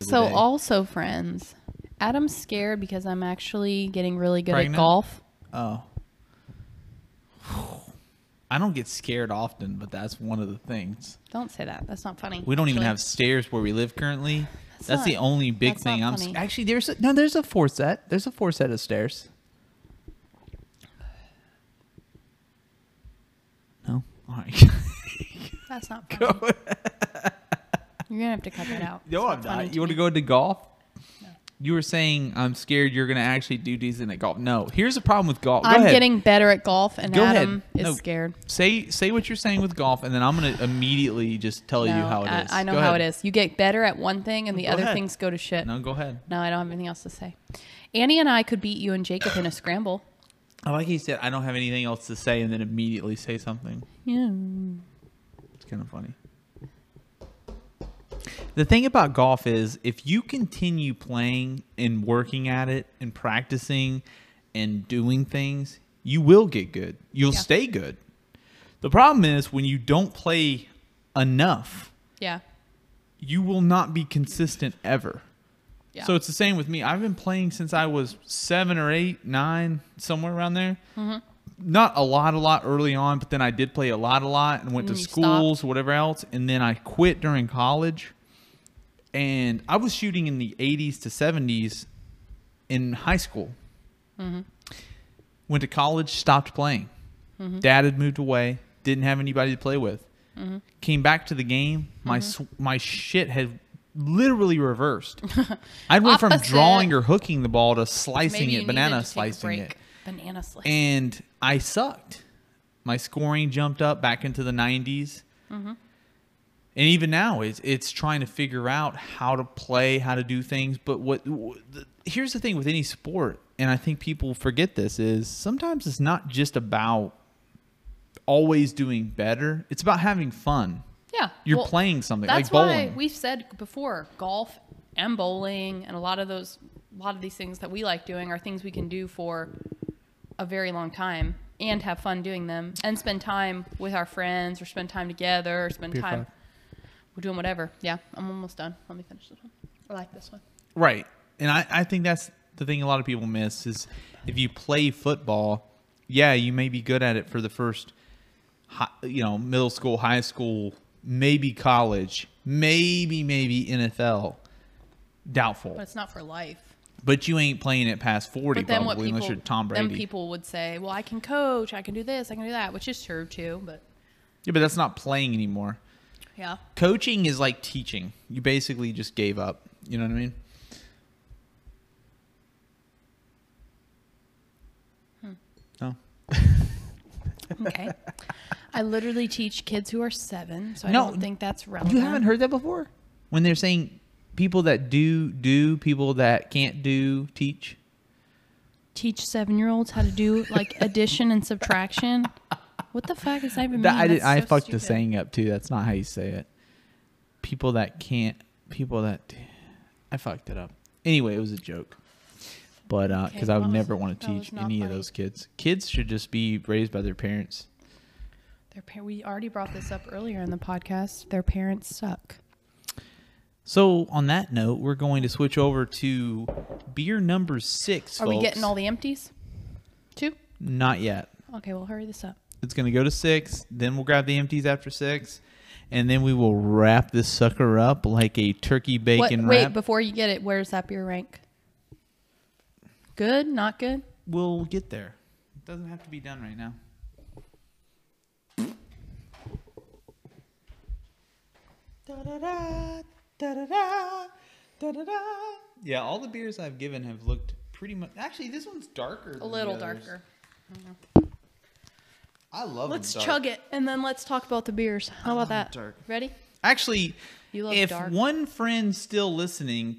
Speaker 2: So
Speaker 1: Today.
Speaker 2: also friends. Adam's scared because I'm actually getting really good
Speaker 1: Pregnant?
Speaker 2: at golf.
Speaker 1: oh i don't get scared often but that's one of the things
Speaker 2: Don't say that. That's not funny.
Speaker 1: We don't even
Speaker 2: Actually,
Speaker 1: have stairs where we live currently. That's,
Speaker 2: not-
Speaker 1: the only big
Speaker 2: that's
Speaker 1: thing
Speaker 2: not
Speaker 1: I'm s-
Speaker 2: funny.
Speaker 1: actually there's a, no there's a four set there's a four set of stairs. No, all right.
Speaker 2: That's not funny. You're gonna have to cut that out.
Speaker 1: no,
Speaker 2: It's
Speaker 1: I'm
Speaker 2: funny
Speaker 1: not. You want
Speaker 2: me.
Speaker 1: to go into golf? You were saying I'm scared you're going to actually do decent at golf. No, here's the problem with golf. Go
Speaker 2: I'm
Speaker 1: ahead.
Speaker 2: getting better at golf, and
Speaker 1: Go
Speaker 2: Adam
Speaker 1: ahead. No.
Speaker 2: is scared.
Speaker 1: say say what you're saying with golf, and then I'm going to immediately just tell you
Speaker 2: No,
Speaker 1: how it is.
Speaker 2: I, I know
Speaker 1: Go
Speaker 2: how
Speaker 1: ahead.
Speaker 2: it is. You get better at one thing, and the
Speaker 1: Go
Speaker 2: other
Speaker 1: ahead.
Speaker 2: things go to shit. No.
Speaker 1: No, go ahead.
Speaker 2: I don't have anything else to say. Annie and I could beat you and Jacob in a scramble.
Speaker 1: I like he said I don't have anything else to say, and then immediately say something.
Speaker 2: Yeah.
Speaker 1: It's kind of funny. The thing about golf is if you continue playing and working at it and practicing and doing things, you will get good. You'll
Speaker 2: Yeah.
Speaker 1: stay good. The problem is when you don't play enough,
Speaker 2: Yeah.
Speaker 1: you will not be consistent ever.
Speaker 2: Yeah.
Speaker 1: So it's the
Speaker 2: Mm-hmm.
Speaker 1: same with me. I've been playing since I was seven or eight, nine, somewhere around there. not a lot, a lot early on, but then I did play a lot, a lot, and went
Speaker 2: And
Speaker 1: to
Speaker 2: you
Speaker 1: schools, whatever else, and then I quit during college. And I was shooting in the 80s to 70s in high school. Went to college, stopped playing.
Speaker 2: Mm-hmm.
Speaker 1: Dad had moved away, didn't have anybody to play with. Came back to the game, my
Speaker 2: Mm-hmm.
Speaker 1: sw- my shit had literally reversed. I went from
Speaker 2: Opposite.
Speaker 1: drawing or hooking the ball to slicing
Speaker 2: Maybe you
Speaker 1: it, banana
Speaker 2: needed to take a
Speaker 1: slicing
Speaker 2: break.
Speaker 1: it
Speaker 2: Banana slicing.
Speaker 1: and I sucked. My scoring jumped up back into the 90s.
Speaker 2: Mm-hmm.
Speaker 1: And even now, it's, it's trying to figure out how to play, how to do things. But what, wh- the here's the thing with any sport, and I think people forget this is sometimes it's not just about always doing better. It's about having fun.
Speaker 2: Yeah.
Speaker 1: You're
Speaker 2: well,
Speaker 1: playing something like
Speaker 2: That's
Speaker 1: bowling.
Speaker 2: why we've said before golf and bowling and a lot of those a lot of these things that we like doing are things we can do for a very long time and have fun doing them and spend time with our friends or spend time together or spend
Speaker 1: Beer
Speaker 2: time
Speaker 1: five.
Speaker 2: we're doing whatever. Yeah, I'm almost done. Let me finish this one. I like this one.
Speaker 1: Right. And I, I think that's the thing a lot of people miss is if you play football, yeah, you may be good at it for the first, hi- you know, middle school, high school, maybe college, maybe, maybe NFL. Doubtful.
Speaker 2: But it's not for life.
Speaker 1: But you ain't playing it past 40
Speaker 2: But then what
Speaker 1: probably
Speaker 2: people
Speaker 1: unless you're Tom
Speaker 2: then
Speaker 1: Brady.
Speaker 2: people would say, "Well, I can coach, I can do this, I can do that," which is true too, but
Speaker 1: yeah, but that's not playing anymore.
Speaker 2: yeah.
Speaker 1: Coaching is like teaching. You basically just gave up. You know what I mean?
Speaker 2: Hmm.
Speaker 1: No.
Speaker 2: Okay. I literally teach kids who are seven, so I
Speaker 1: No,
Speaker 2: don't think that's relevant.
Speaker 1: You haven't heard that before? When they're saying people that do do, people that can't do teach.
Speaker 2: teach seven year olds how to do like addition and subtraction. What the fuck is that even
Speaker 1: That-
Speaker 2: mean?
Speaker 1: I did,
Speaker 2: That's
Speaker 1: I
Speaker 2: so
Speaker 1: fucked the
Speaker 2: stupid.
Speaker 1: saying up too. That's not how you say it. People that can't. People that. do- I fucked it up. Anyway, it was a joke. But
Speaker 2: Okay,
Speaker 1: because I
Speaker 2: that
Speaker 1: would
Speaker 2: was-
Speaker 1: never want to
Speaker 2: that was
Speaker 1: teach
Speaker 2: not
Speaker 1: any of
Speaker 2: funny.
Speaker 1: those kids. Kids should just be raised by their parents.
Speaker 2: Their par- we already brought this up earlier in the podcast. Their parents suck.
Speaker 1: So on that note, we're going to switch over to beer number six.
Speaker 2: Are we getting
Speaker 1: folks.
Speaker 2: all the empties? Two?
Speaker 1: Not yet.
Speaker 2: Okay, well, hurry this up.
Speaker 1: It's going to go to six. Then we'll grab the empties after six. And then we will wrap this sucker up like a turkey
Speaker 2: What,
Speaker 1: bacon
Speaker 2: wait,
Speaker 1: wrap.
Speaker 2: before you get it, where's that beer rank? Good? Not good?
Speaker 1: we'll get there. It doesn't have to be done right now. Yeah, all the beers I've given have looked pretty much. Actually, this one's darker.
Speaker 2: A little darker.
Speaker 1: I love.
Speaker 2: Let's chug it and then let's talk about the beers. How about that?
Speaker 1: dark.
Speaker 2: Ready?
Speaker 1: Actually,
Speaker 2: You love
Speaker 1: if
Speaker 2: dark.
Speaker 1: one friend's still listening,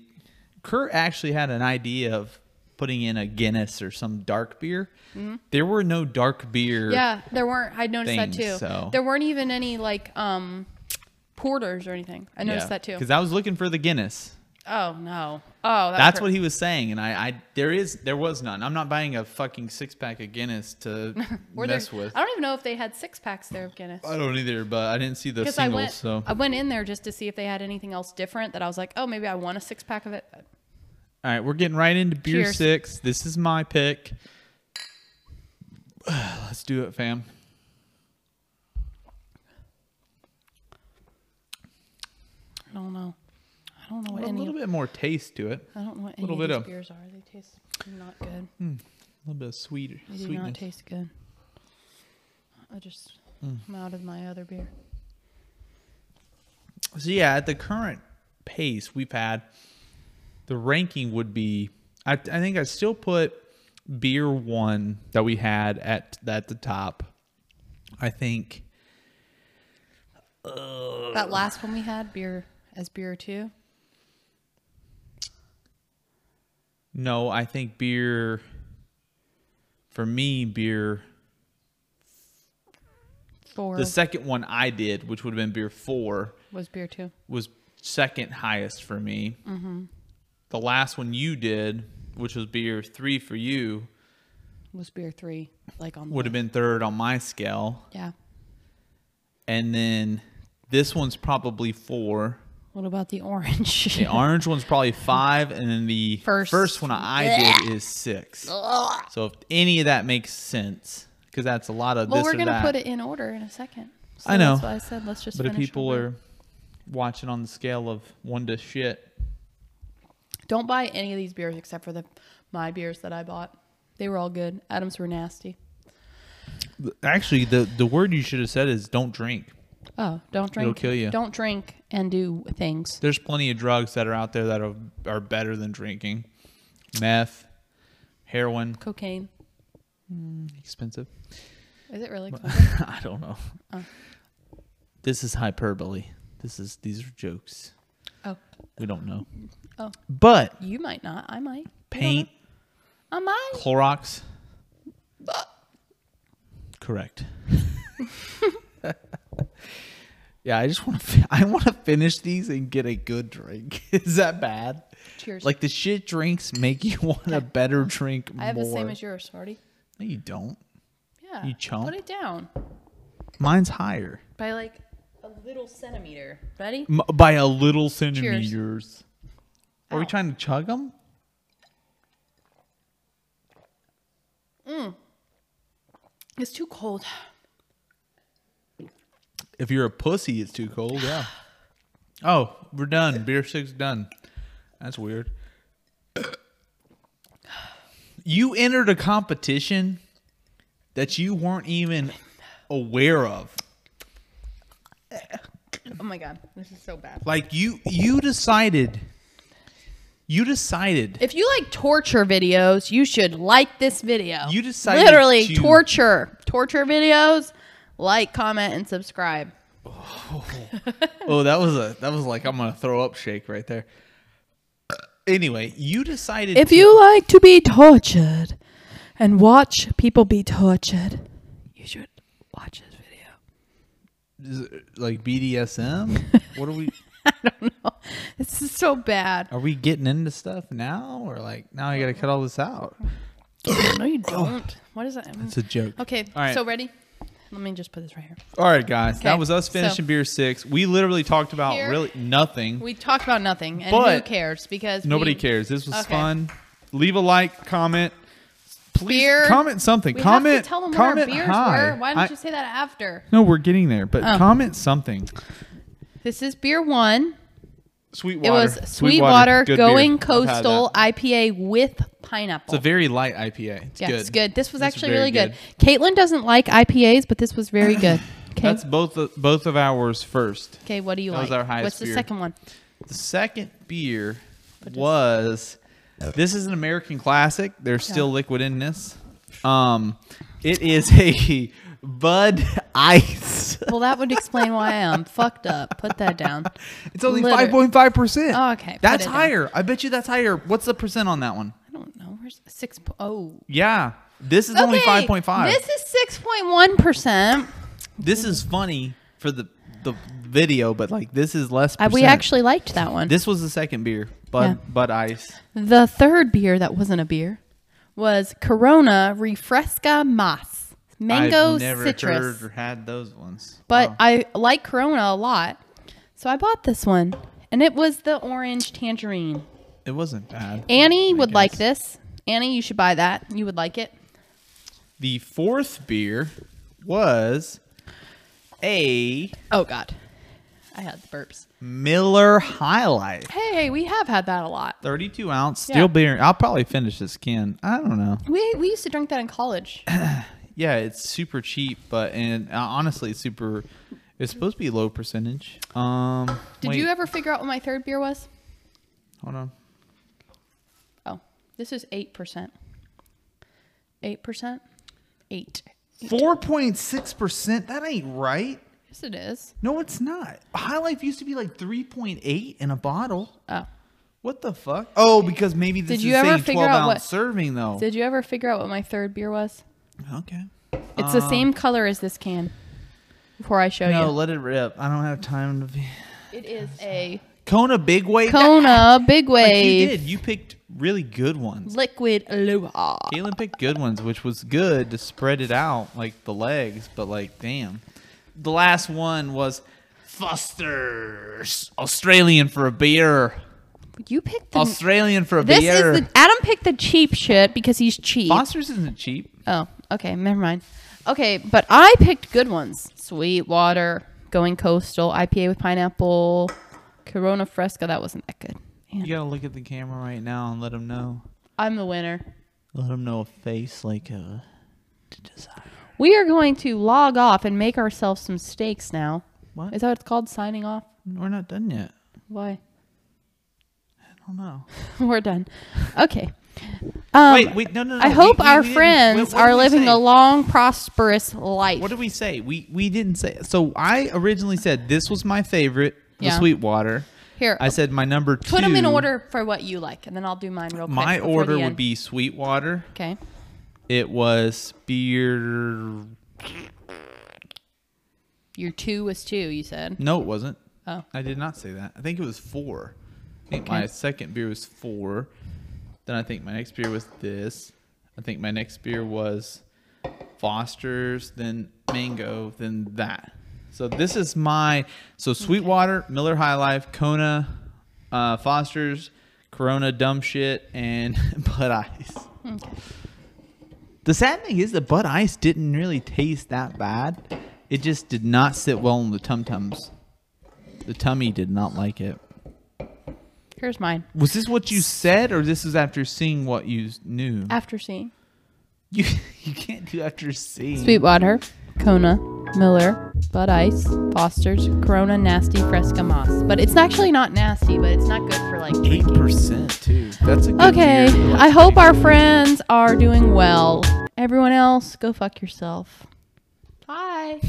Speaker 1: Kurt actually had an idea of putting in a Guinness or some dark beer. There were no dark beer.
Speaker 2: Mm-hmm. Yeah, there weren't. I noticed
Speaker 1: things,
Speaker 2: that too.
Speaker 1: so-
Speaker 2: There weren't even any like um porters or anything. I noticed that too.
Speaker 1: Because I was looking for the Guinness.
Speaker 2: oh no. Oh, that
Speaker 1: That's
Speaker 2: hurt.
Speaker 1: what he was saying, and I, I there is there was none. I'm not buying a fucking six pack of Guinness to
Speaker 2: Were there-
Speaker 1: mess with.
Speaker 2: I don't even know if they had six packs there of Guinness.
Speaker 1: I don't either, but I didn't see the
Speaker 2: Because
Speaker 1: singles.
Speaker 2: I went,
Speaker 1: so
Speaker 2: I went in there just to see if they had anything else different that I was like, oh, maybe I want a six pack of it. But
Speaker 1: All right, we're getting right into beer
Speaker 2: Cheers.
Speaker 1: six. This is my pick. Let's do it, fam.
Speaker 2: I don't know. I don't know what
Speaker 1: a
Speaker 2: any.
Speaker 1: little bit more taste to it.
Speaker 2: I don't know what any
Speaker 1: little bit
Speaker 2: of these
Speaker 1: of-
Speaker 2: beers are. They taste not good.
Speaker 1: A little bit of sweet
Speaker 2: They do not
Speaker 1: sweetness. Mm.
Speaker 2: taste good. I just I'm out of my other beer.
Speaker 1: so yeah, at the current pace we've had, the ranking would be. I, I think I still put beer one that we had at at the top. I think
Speaker 2: That last one we had, beer as beer two.
Speaker 1: no, I think beer. For me, beer.
Speaker 2: Four
Speaker 1: The second one I did, which would have been beer four,
Speaker 2: was beer two.
Speaker 1: was second highest for me.
Speaker 2: Mm-hmm.
Speaker 1: The last one you did, which was beer three for you,
Speaker 2: Was beer three like on
Speaker 1: would have been third on my scale.
Speaker 2: yeah.
Speaker 1: And then this one's probably four.
Speaker 2: What about the orange?
Speaker 1: The orange one's probably five. And then the
Speaker 2: First.
Speaker 1: first, one I did is six. So if any of that makes sense, because that's a lot of
Speaker 2: Well,
Speaker 1: this
Speaker 2: we're
Speaker 1: or
Speaker 2: gonna
Speaker 1: that.
Speaker 2: put it in order in a second. So
Speaker 1: I know.
Speaker 2: That's why I said let's just.
Speaker 1: but if
Speaker 2: finish
Speaker 1: people
Speaker 2: with it.
Speaker 1: are watching on the scale of one to shit,
Speaker 2: don't buy any of these beers except for the my beers that I bought. They were all good. Adams were nasty.
Speaker 1: actually the the word you should have said is don't drink.
Speaker 2: Oh, don't drink.
Speaker 1: kill you.
Speaker 2: Don't drink and do things.
Speaker 1: There's plenty of drugs that are out there that are, are better than drinking. Meth, heroin,
Speaker 2: Cocaine.
Speaker 1: expensive.
Speaker 2: Is it really? Cocaine?
Speaker 1: I don't know.
Speaker 2: Uh.
Speaker 1: This is hyperbole. This is these are jokes.
Speaker 2: Oh,
Speaker 1: We don't know.
Speaker 2: Oh.
Speaker 1: But
Speaker 2: you might not. I might. I don't
Speaker 1: paint,
Speaker 2: know. I might.
Speaker 1: Clorox. Correct.
Speaker 3: Yeah, I just want to. I want to finish these and get a good drink. Is that bad?
Speaker 2: Cheers.
Speaker 1: Like the shit drinks make you want a better drink
Speaker 2: I have
Speaker 1: more.
Speaker 2: the same as yours, Smarty.
Speaker 1: no, you don't.
Speaker 2: Yeah.
Speaker 1: You chump.
Speaker 2: Put it down
Speaker 1: Mine's higher
Speaker 2: by like a little centimeter. Ready?
Speaker 1: M- by a little centimeters. Are we
Speaker 2: Ow.
Speaker 1: trying to chug them?
Speaker 2: It's too cold.
Speaker 1: If you're a pussy, it's too cold. Yeah. Oh, we're done. Beer six done. That's weird. You entered a competition that you weren't even aware of.
Speaker 2: Oh my god, this is so bad.
Speaker 1: Like you, you decided. You decided.
Speaker 2: If you like torture videos, you should like this video.
Speaker 1: You decided
Speaker 2: literally
Speaker 1: to-
Speaker 2: torture torture videos. Like, comment, and subscribe.
Speaker 1: Oh, that was a that was like I'm gonna throw up shake right there. Anyway, you decided
Speaker 2: If
Speaker 1: to-
Speaker 2: you like to be tortured and watch people be tortured, you should watch this video.
Speaker 1: Is it like BDSM. what are we?
Speaker 2: This is so bad.
Speaker 1: Are we getting into stuff now, or like now I gotta cut all this out? Oh,
Speaker 2: No, you don't. What is that?
Speaker 1: It's a joke.
Speaker 2: Okay,
Speaker 1: All right.
Speaker 2: so ready? Let me just put this right here.
Speaker 1: all right, guys, that
Speaker 2: Okay,
Speaker 1: was us
Speaker 2: so-
Speaker 1: finishing beer six. We literally talked about
Speaker 2: Here-
Speaker 1: really nothing.
Speaker 2: We talked about nothing, and who
Speaker 1: But-
Speaker 2: cares? Because
Speaker 1: Nobody
Speaker 2: we-
Speaker 1: cares. This was
Speaker 2: Okay.
Speaker 1: fun. Leave a like, comment. Please
Speaker 2: Beer-
Speaker 1: comment something.
Speaker 2: We
Speaker 1: comment.
Speaker 2: have to tell them
Speaker 1: comment
Speaker 2: what our beers
Speaker 1: hi.
Speaker 2: were. Why didn't
Speaker 1: I-
Speaker 2: you say that after?
Speaker 1: No, we're getting there, but
Speaker 2: Oh.
Speaker 1: comment something.
Speaker 2: This is beer one.
Speaker 1: Sweetwater.
Speaker 2: It was Sweetwater Going Coastal IPA with pineapple.
Speaker 1: It's a very light IPA. It's
Speaker 2: yeah,
Speaker 1: good.
Speaker 2: it's good. This was
Speaker 1: It's
Speaker 2: actually
Speaker 1: very
Speaker 2: really good. Caitlin doesn't like IPAs, but this was very good. Okay.
Speaker 1: That's both of, both of ours first.
Speaker 2: okay, what do you
Speaker 1: that
Speaker 2: like?
Speaker 1: was our highest
Speaker 2: What's the
Speaker 1: beer.
Speaker 2: second one?
Speaker 1: The second beer was this is an American classic. There's still liquid in this. Um, it is a Bud Ice.
Speaker 2: Well, that would explain why I'm fucked up. Put that down.
Speaker 1: It's only
Speaker 2: Liter-
Speaker 1: five point five percent.
Speaker 2: Oh, okay. Put
Speaker 1: that's
Speaker 2: it down.
Speaker 1: higher. I bet you that's higher. What's the percent on that one?
Speaker 2: I don't know. Where's six? Po- oh.
Speaker 1: Yeah, this is only
Speaker 2: Okay,
Speaker 1: five point five.
Speaker 2: This is 6.1%.
Speaker 1: this is funny for the the video, but like this is less.
Speaker 2: Uh,
Speaker 1: Percent.
Speaker 2: we actually liked that one.
Speaker 1: this was the second beer, Bud
Speaker 2: Yeah.
Speaker 1: Bud Ice.
Speaker 2: the third beer that wasn't a beer was Corona Refresca Mas. Mango
Speaker 1: I've never
Speaker 2: citrus.
Speaker 1: heard or had those ones.
Speaker 2: But
Speaker 1: Wow.
Speaker 2: I like Corona a lot. So I bought this one. And it was the orange tangerine.
Speaker 1: it wasn't bad.
Speaker 2: Annie would like
Speaker 1: guess.
Speaker 2: this. Annie, you should buy that. You would like it.
Speaker 1: The fourth beer was a
Speaker 2: Oh God. I had the burps.
Speaker 1: Miller High Life.
Speaker 2: Hey, we have had that a lot.
Speaker 1: 32 ounce
Speaker 2: Yeah.
Speaker 1: steel beer. I'll probably finish this can. I don't know.
Speaker 2: We we used to drink that in college.
Speaker 1: Yeah, it's super cheap, but and uh, honestly, it's super. It's supposed to be low percentage. Um,
Speaker 2: Did
Speaker 1: wait,
Speaker 2: you ever figure out what my third beer was?
Speaker 1: Hold on.
Speaker 2: Oh, this is 8%. 8%? 8.
Speaker 1: Four point six percent. That ain't right.
Speaker 2: Yes, it is.
Speaker 1: No, it's not. High Life used to be like three point eight in a bottle.
Speaker 2: Oh.
Speaker 1: What the fuck? Oh, because maybe this
Speaker 2: Did
Speaker 1: is
Speaker 2: you ever
Speaker 1: saying
Speaker 2: figure
Speaker 1: twelve
Speaker 2: out
Speaker 1: ounce
Speaker 2: what-
Speaker 1: serving though.
Speaker 2: Did you ever figure out what my third beer was?
Speaker 1: okay.
Speaker 2: It's the same color as this can. Before I show
Speaker 1: Um, No, let it rip. I don't have time to be.
Speaker 2: you. It is a
Speaker 1: Kona Big Wave.
Speaker 2: Kona Big
Speaker 1: Like,
Speaker 2: Wave
Speaker 1: you did. You picked really good ones.
Speaker 2: Liquid Aloha.
Speaker 1: Galen picked good ones, which was good to spread it out like the legs. But like, damn, the last one was Foster's Australian for a beer.
Speaker 2: You picked the
Speaker 1: Australian for a
Speaker 2: This
Speaker 1: beer.
Speaker 2: is the Adam picked the cheap shit because he's cheap.
Speaker 1: Foster's isn't cheap.
Speaker 2: oh, okay, never mind. Okay, but I picked good ones. Sweetwater, going coastal, IPA with pineapple, Corona Fresca. That wasn't that good.
Speaker 3: You
Speaker 2: Man,
Speaker 3: gotta look at the camera right now and let them know.
Speaker 2: I'm the winner.
Speaker 3: Let them know a face like a to desire.
Speaker 2: We are going to log off and make ourselves some steaks now.
Speaker 3: What?
Speaker 2: Is that what it's called? Signing off?
Speaker 3: We're not done yet.
Speaker 2: Why?
Speaker 3: I don't know.
Speaker 2: We're done. Okay. Um,
Speaker 1: wait, wait, no, no, no.
Speaker 2: I
Speaker 1: we-
Speaker 2: hope
Speaker 1: we-
Speaker 2: our
Speaker 1: we didn't- what-
Speaker 2: friends
Speaker 1: what
Speaker 2: are
Speaker 1: did we
Speaker 2: living
Speaker 1: say?
Speaker 2: a long, prosperous life.
Speaker 1: What did we say? We
Speaker 3: We didn't say. So I originally said this was my favorite,
Speaker 2: Yeah.
Speaker 3: the Sweetwater.
Speaker 2: Here,
Speaker 3: I said my number two.
Speaker 2: put them in order for what you like, and then I'll do mine real quick.
Speaker 1: my
Speaker 2: before
Speaker 1: order
Speaker 2: the end.
Speaker 1: would be Sweetwater.
Speaker 2: okay.
Speaker 1: It was beer.
Speaker 2: Your two was two. You said.
Speaker 1: No, it wasn't.
Speaker 2: Oh.
Speaker 1: I did not say that. I think it was four. I think my
Speaker 2: Okay.
Speaker 1: second beer was four. Then I think my next beer was this. I think my next beer was Foster's, then Mango, then that. So this is my so Sweetwater, Miller High Life, Kona, uh, Foster's, Corona, dumb shit, and Bud Ice.
Speaker 3: The sad thing is the Bud Ice didn't really taste that bad.
Speaker 1: It just did not sit well on the tum tums. The tummy did not like it.
Speaker 2: Here's mine.
Speaker 1: Was this what you said, or this is after seeing what you knew?
Speaker 2: After seeing
Speaker 3: You you can't do after seeing.
Speaker 2: Sweetwater, Kona, Miller, Bud Ice, Foster's, Corona, Nasty, Fresca, Moss. But it's actually not nasty, but it's not good for like
Speaker 3: Eight
Speaker 2: drinking.
Speaker 3: percent too. That's a good
Speaker 2: Okay.
Speaker 3: beer.
Speaker 2: I hope our friends are doing well. Everyone else, go fuck yourself. Bye.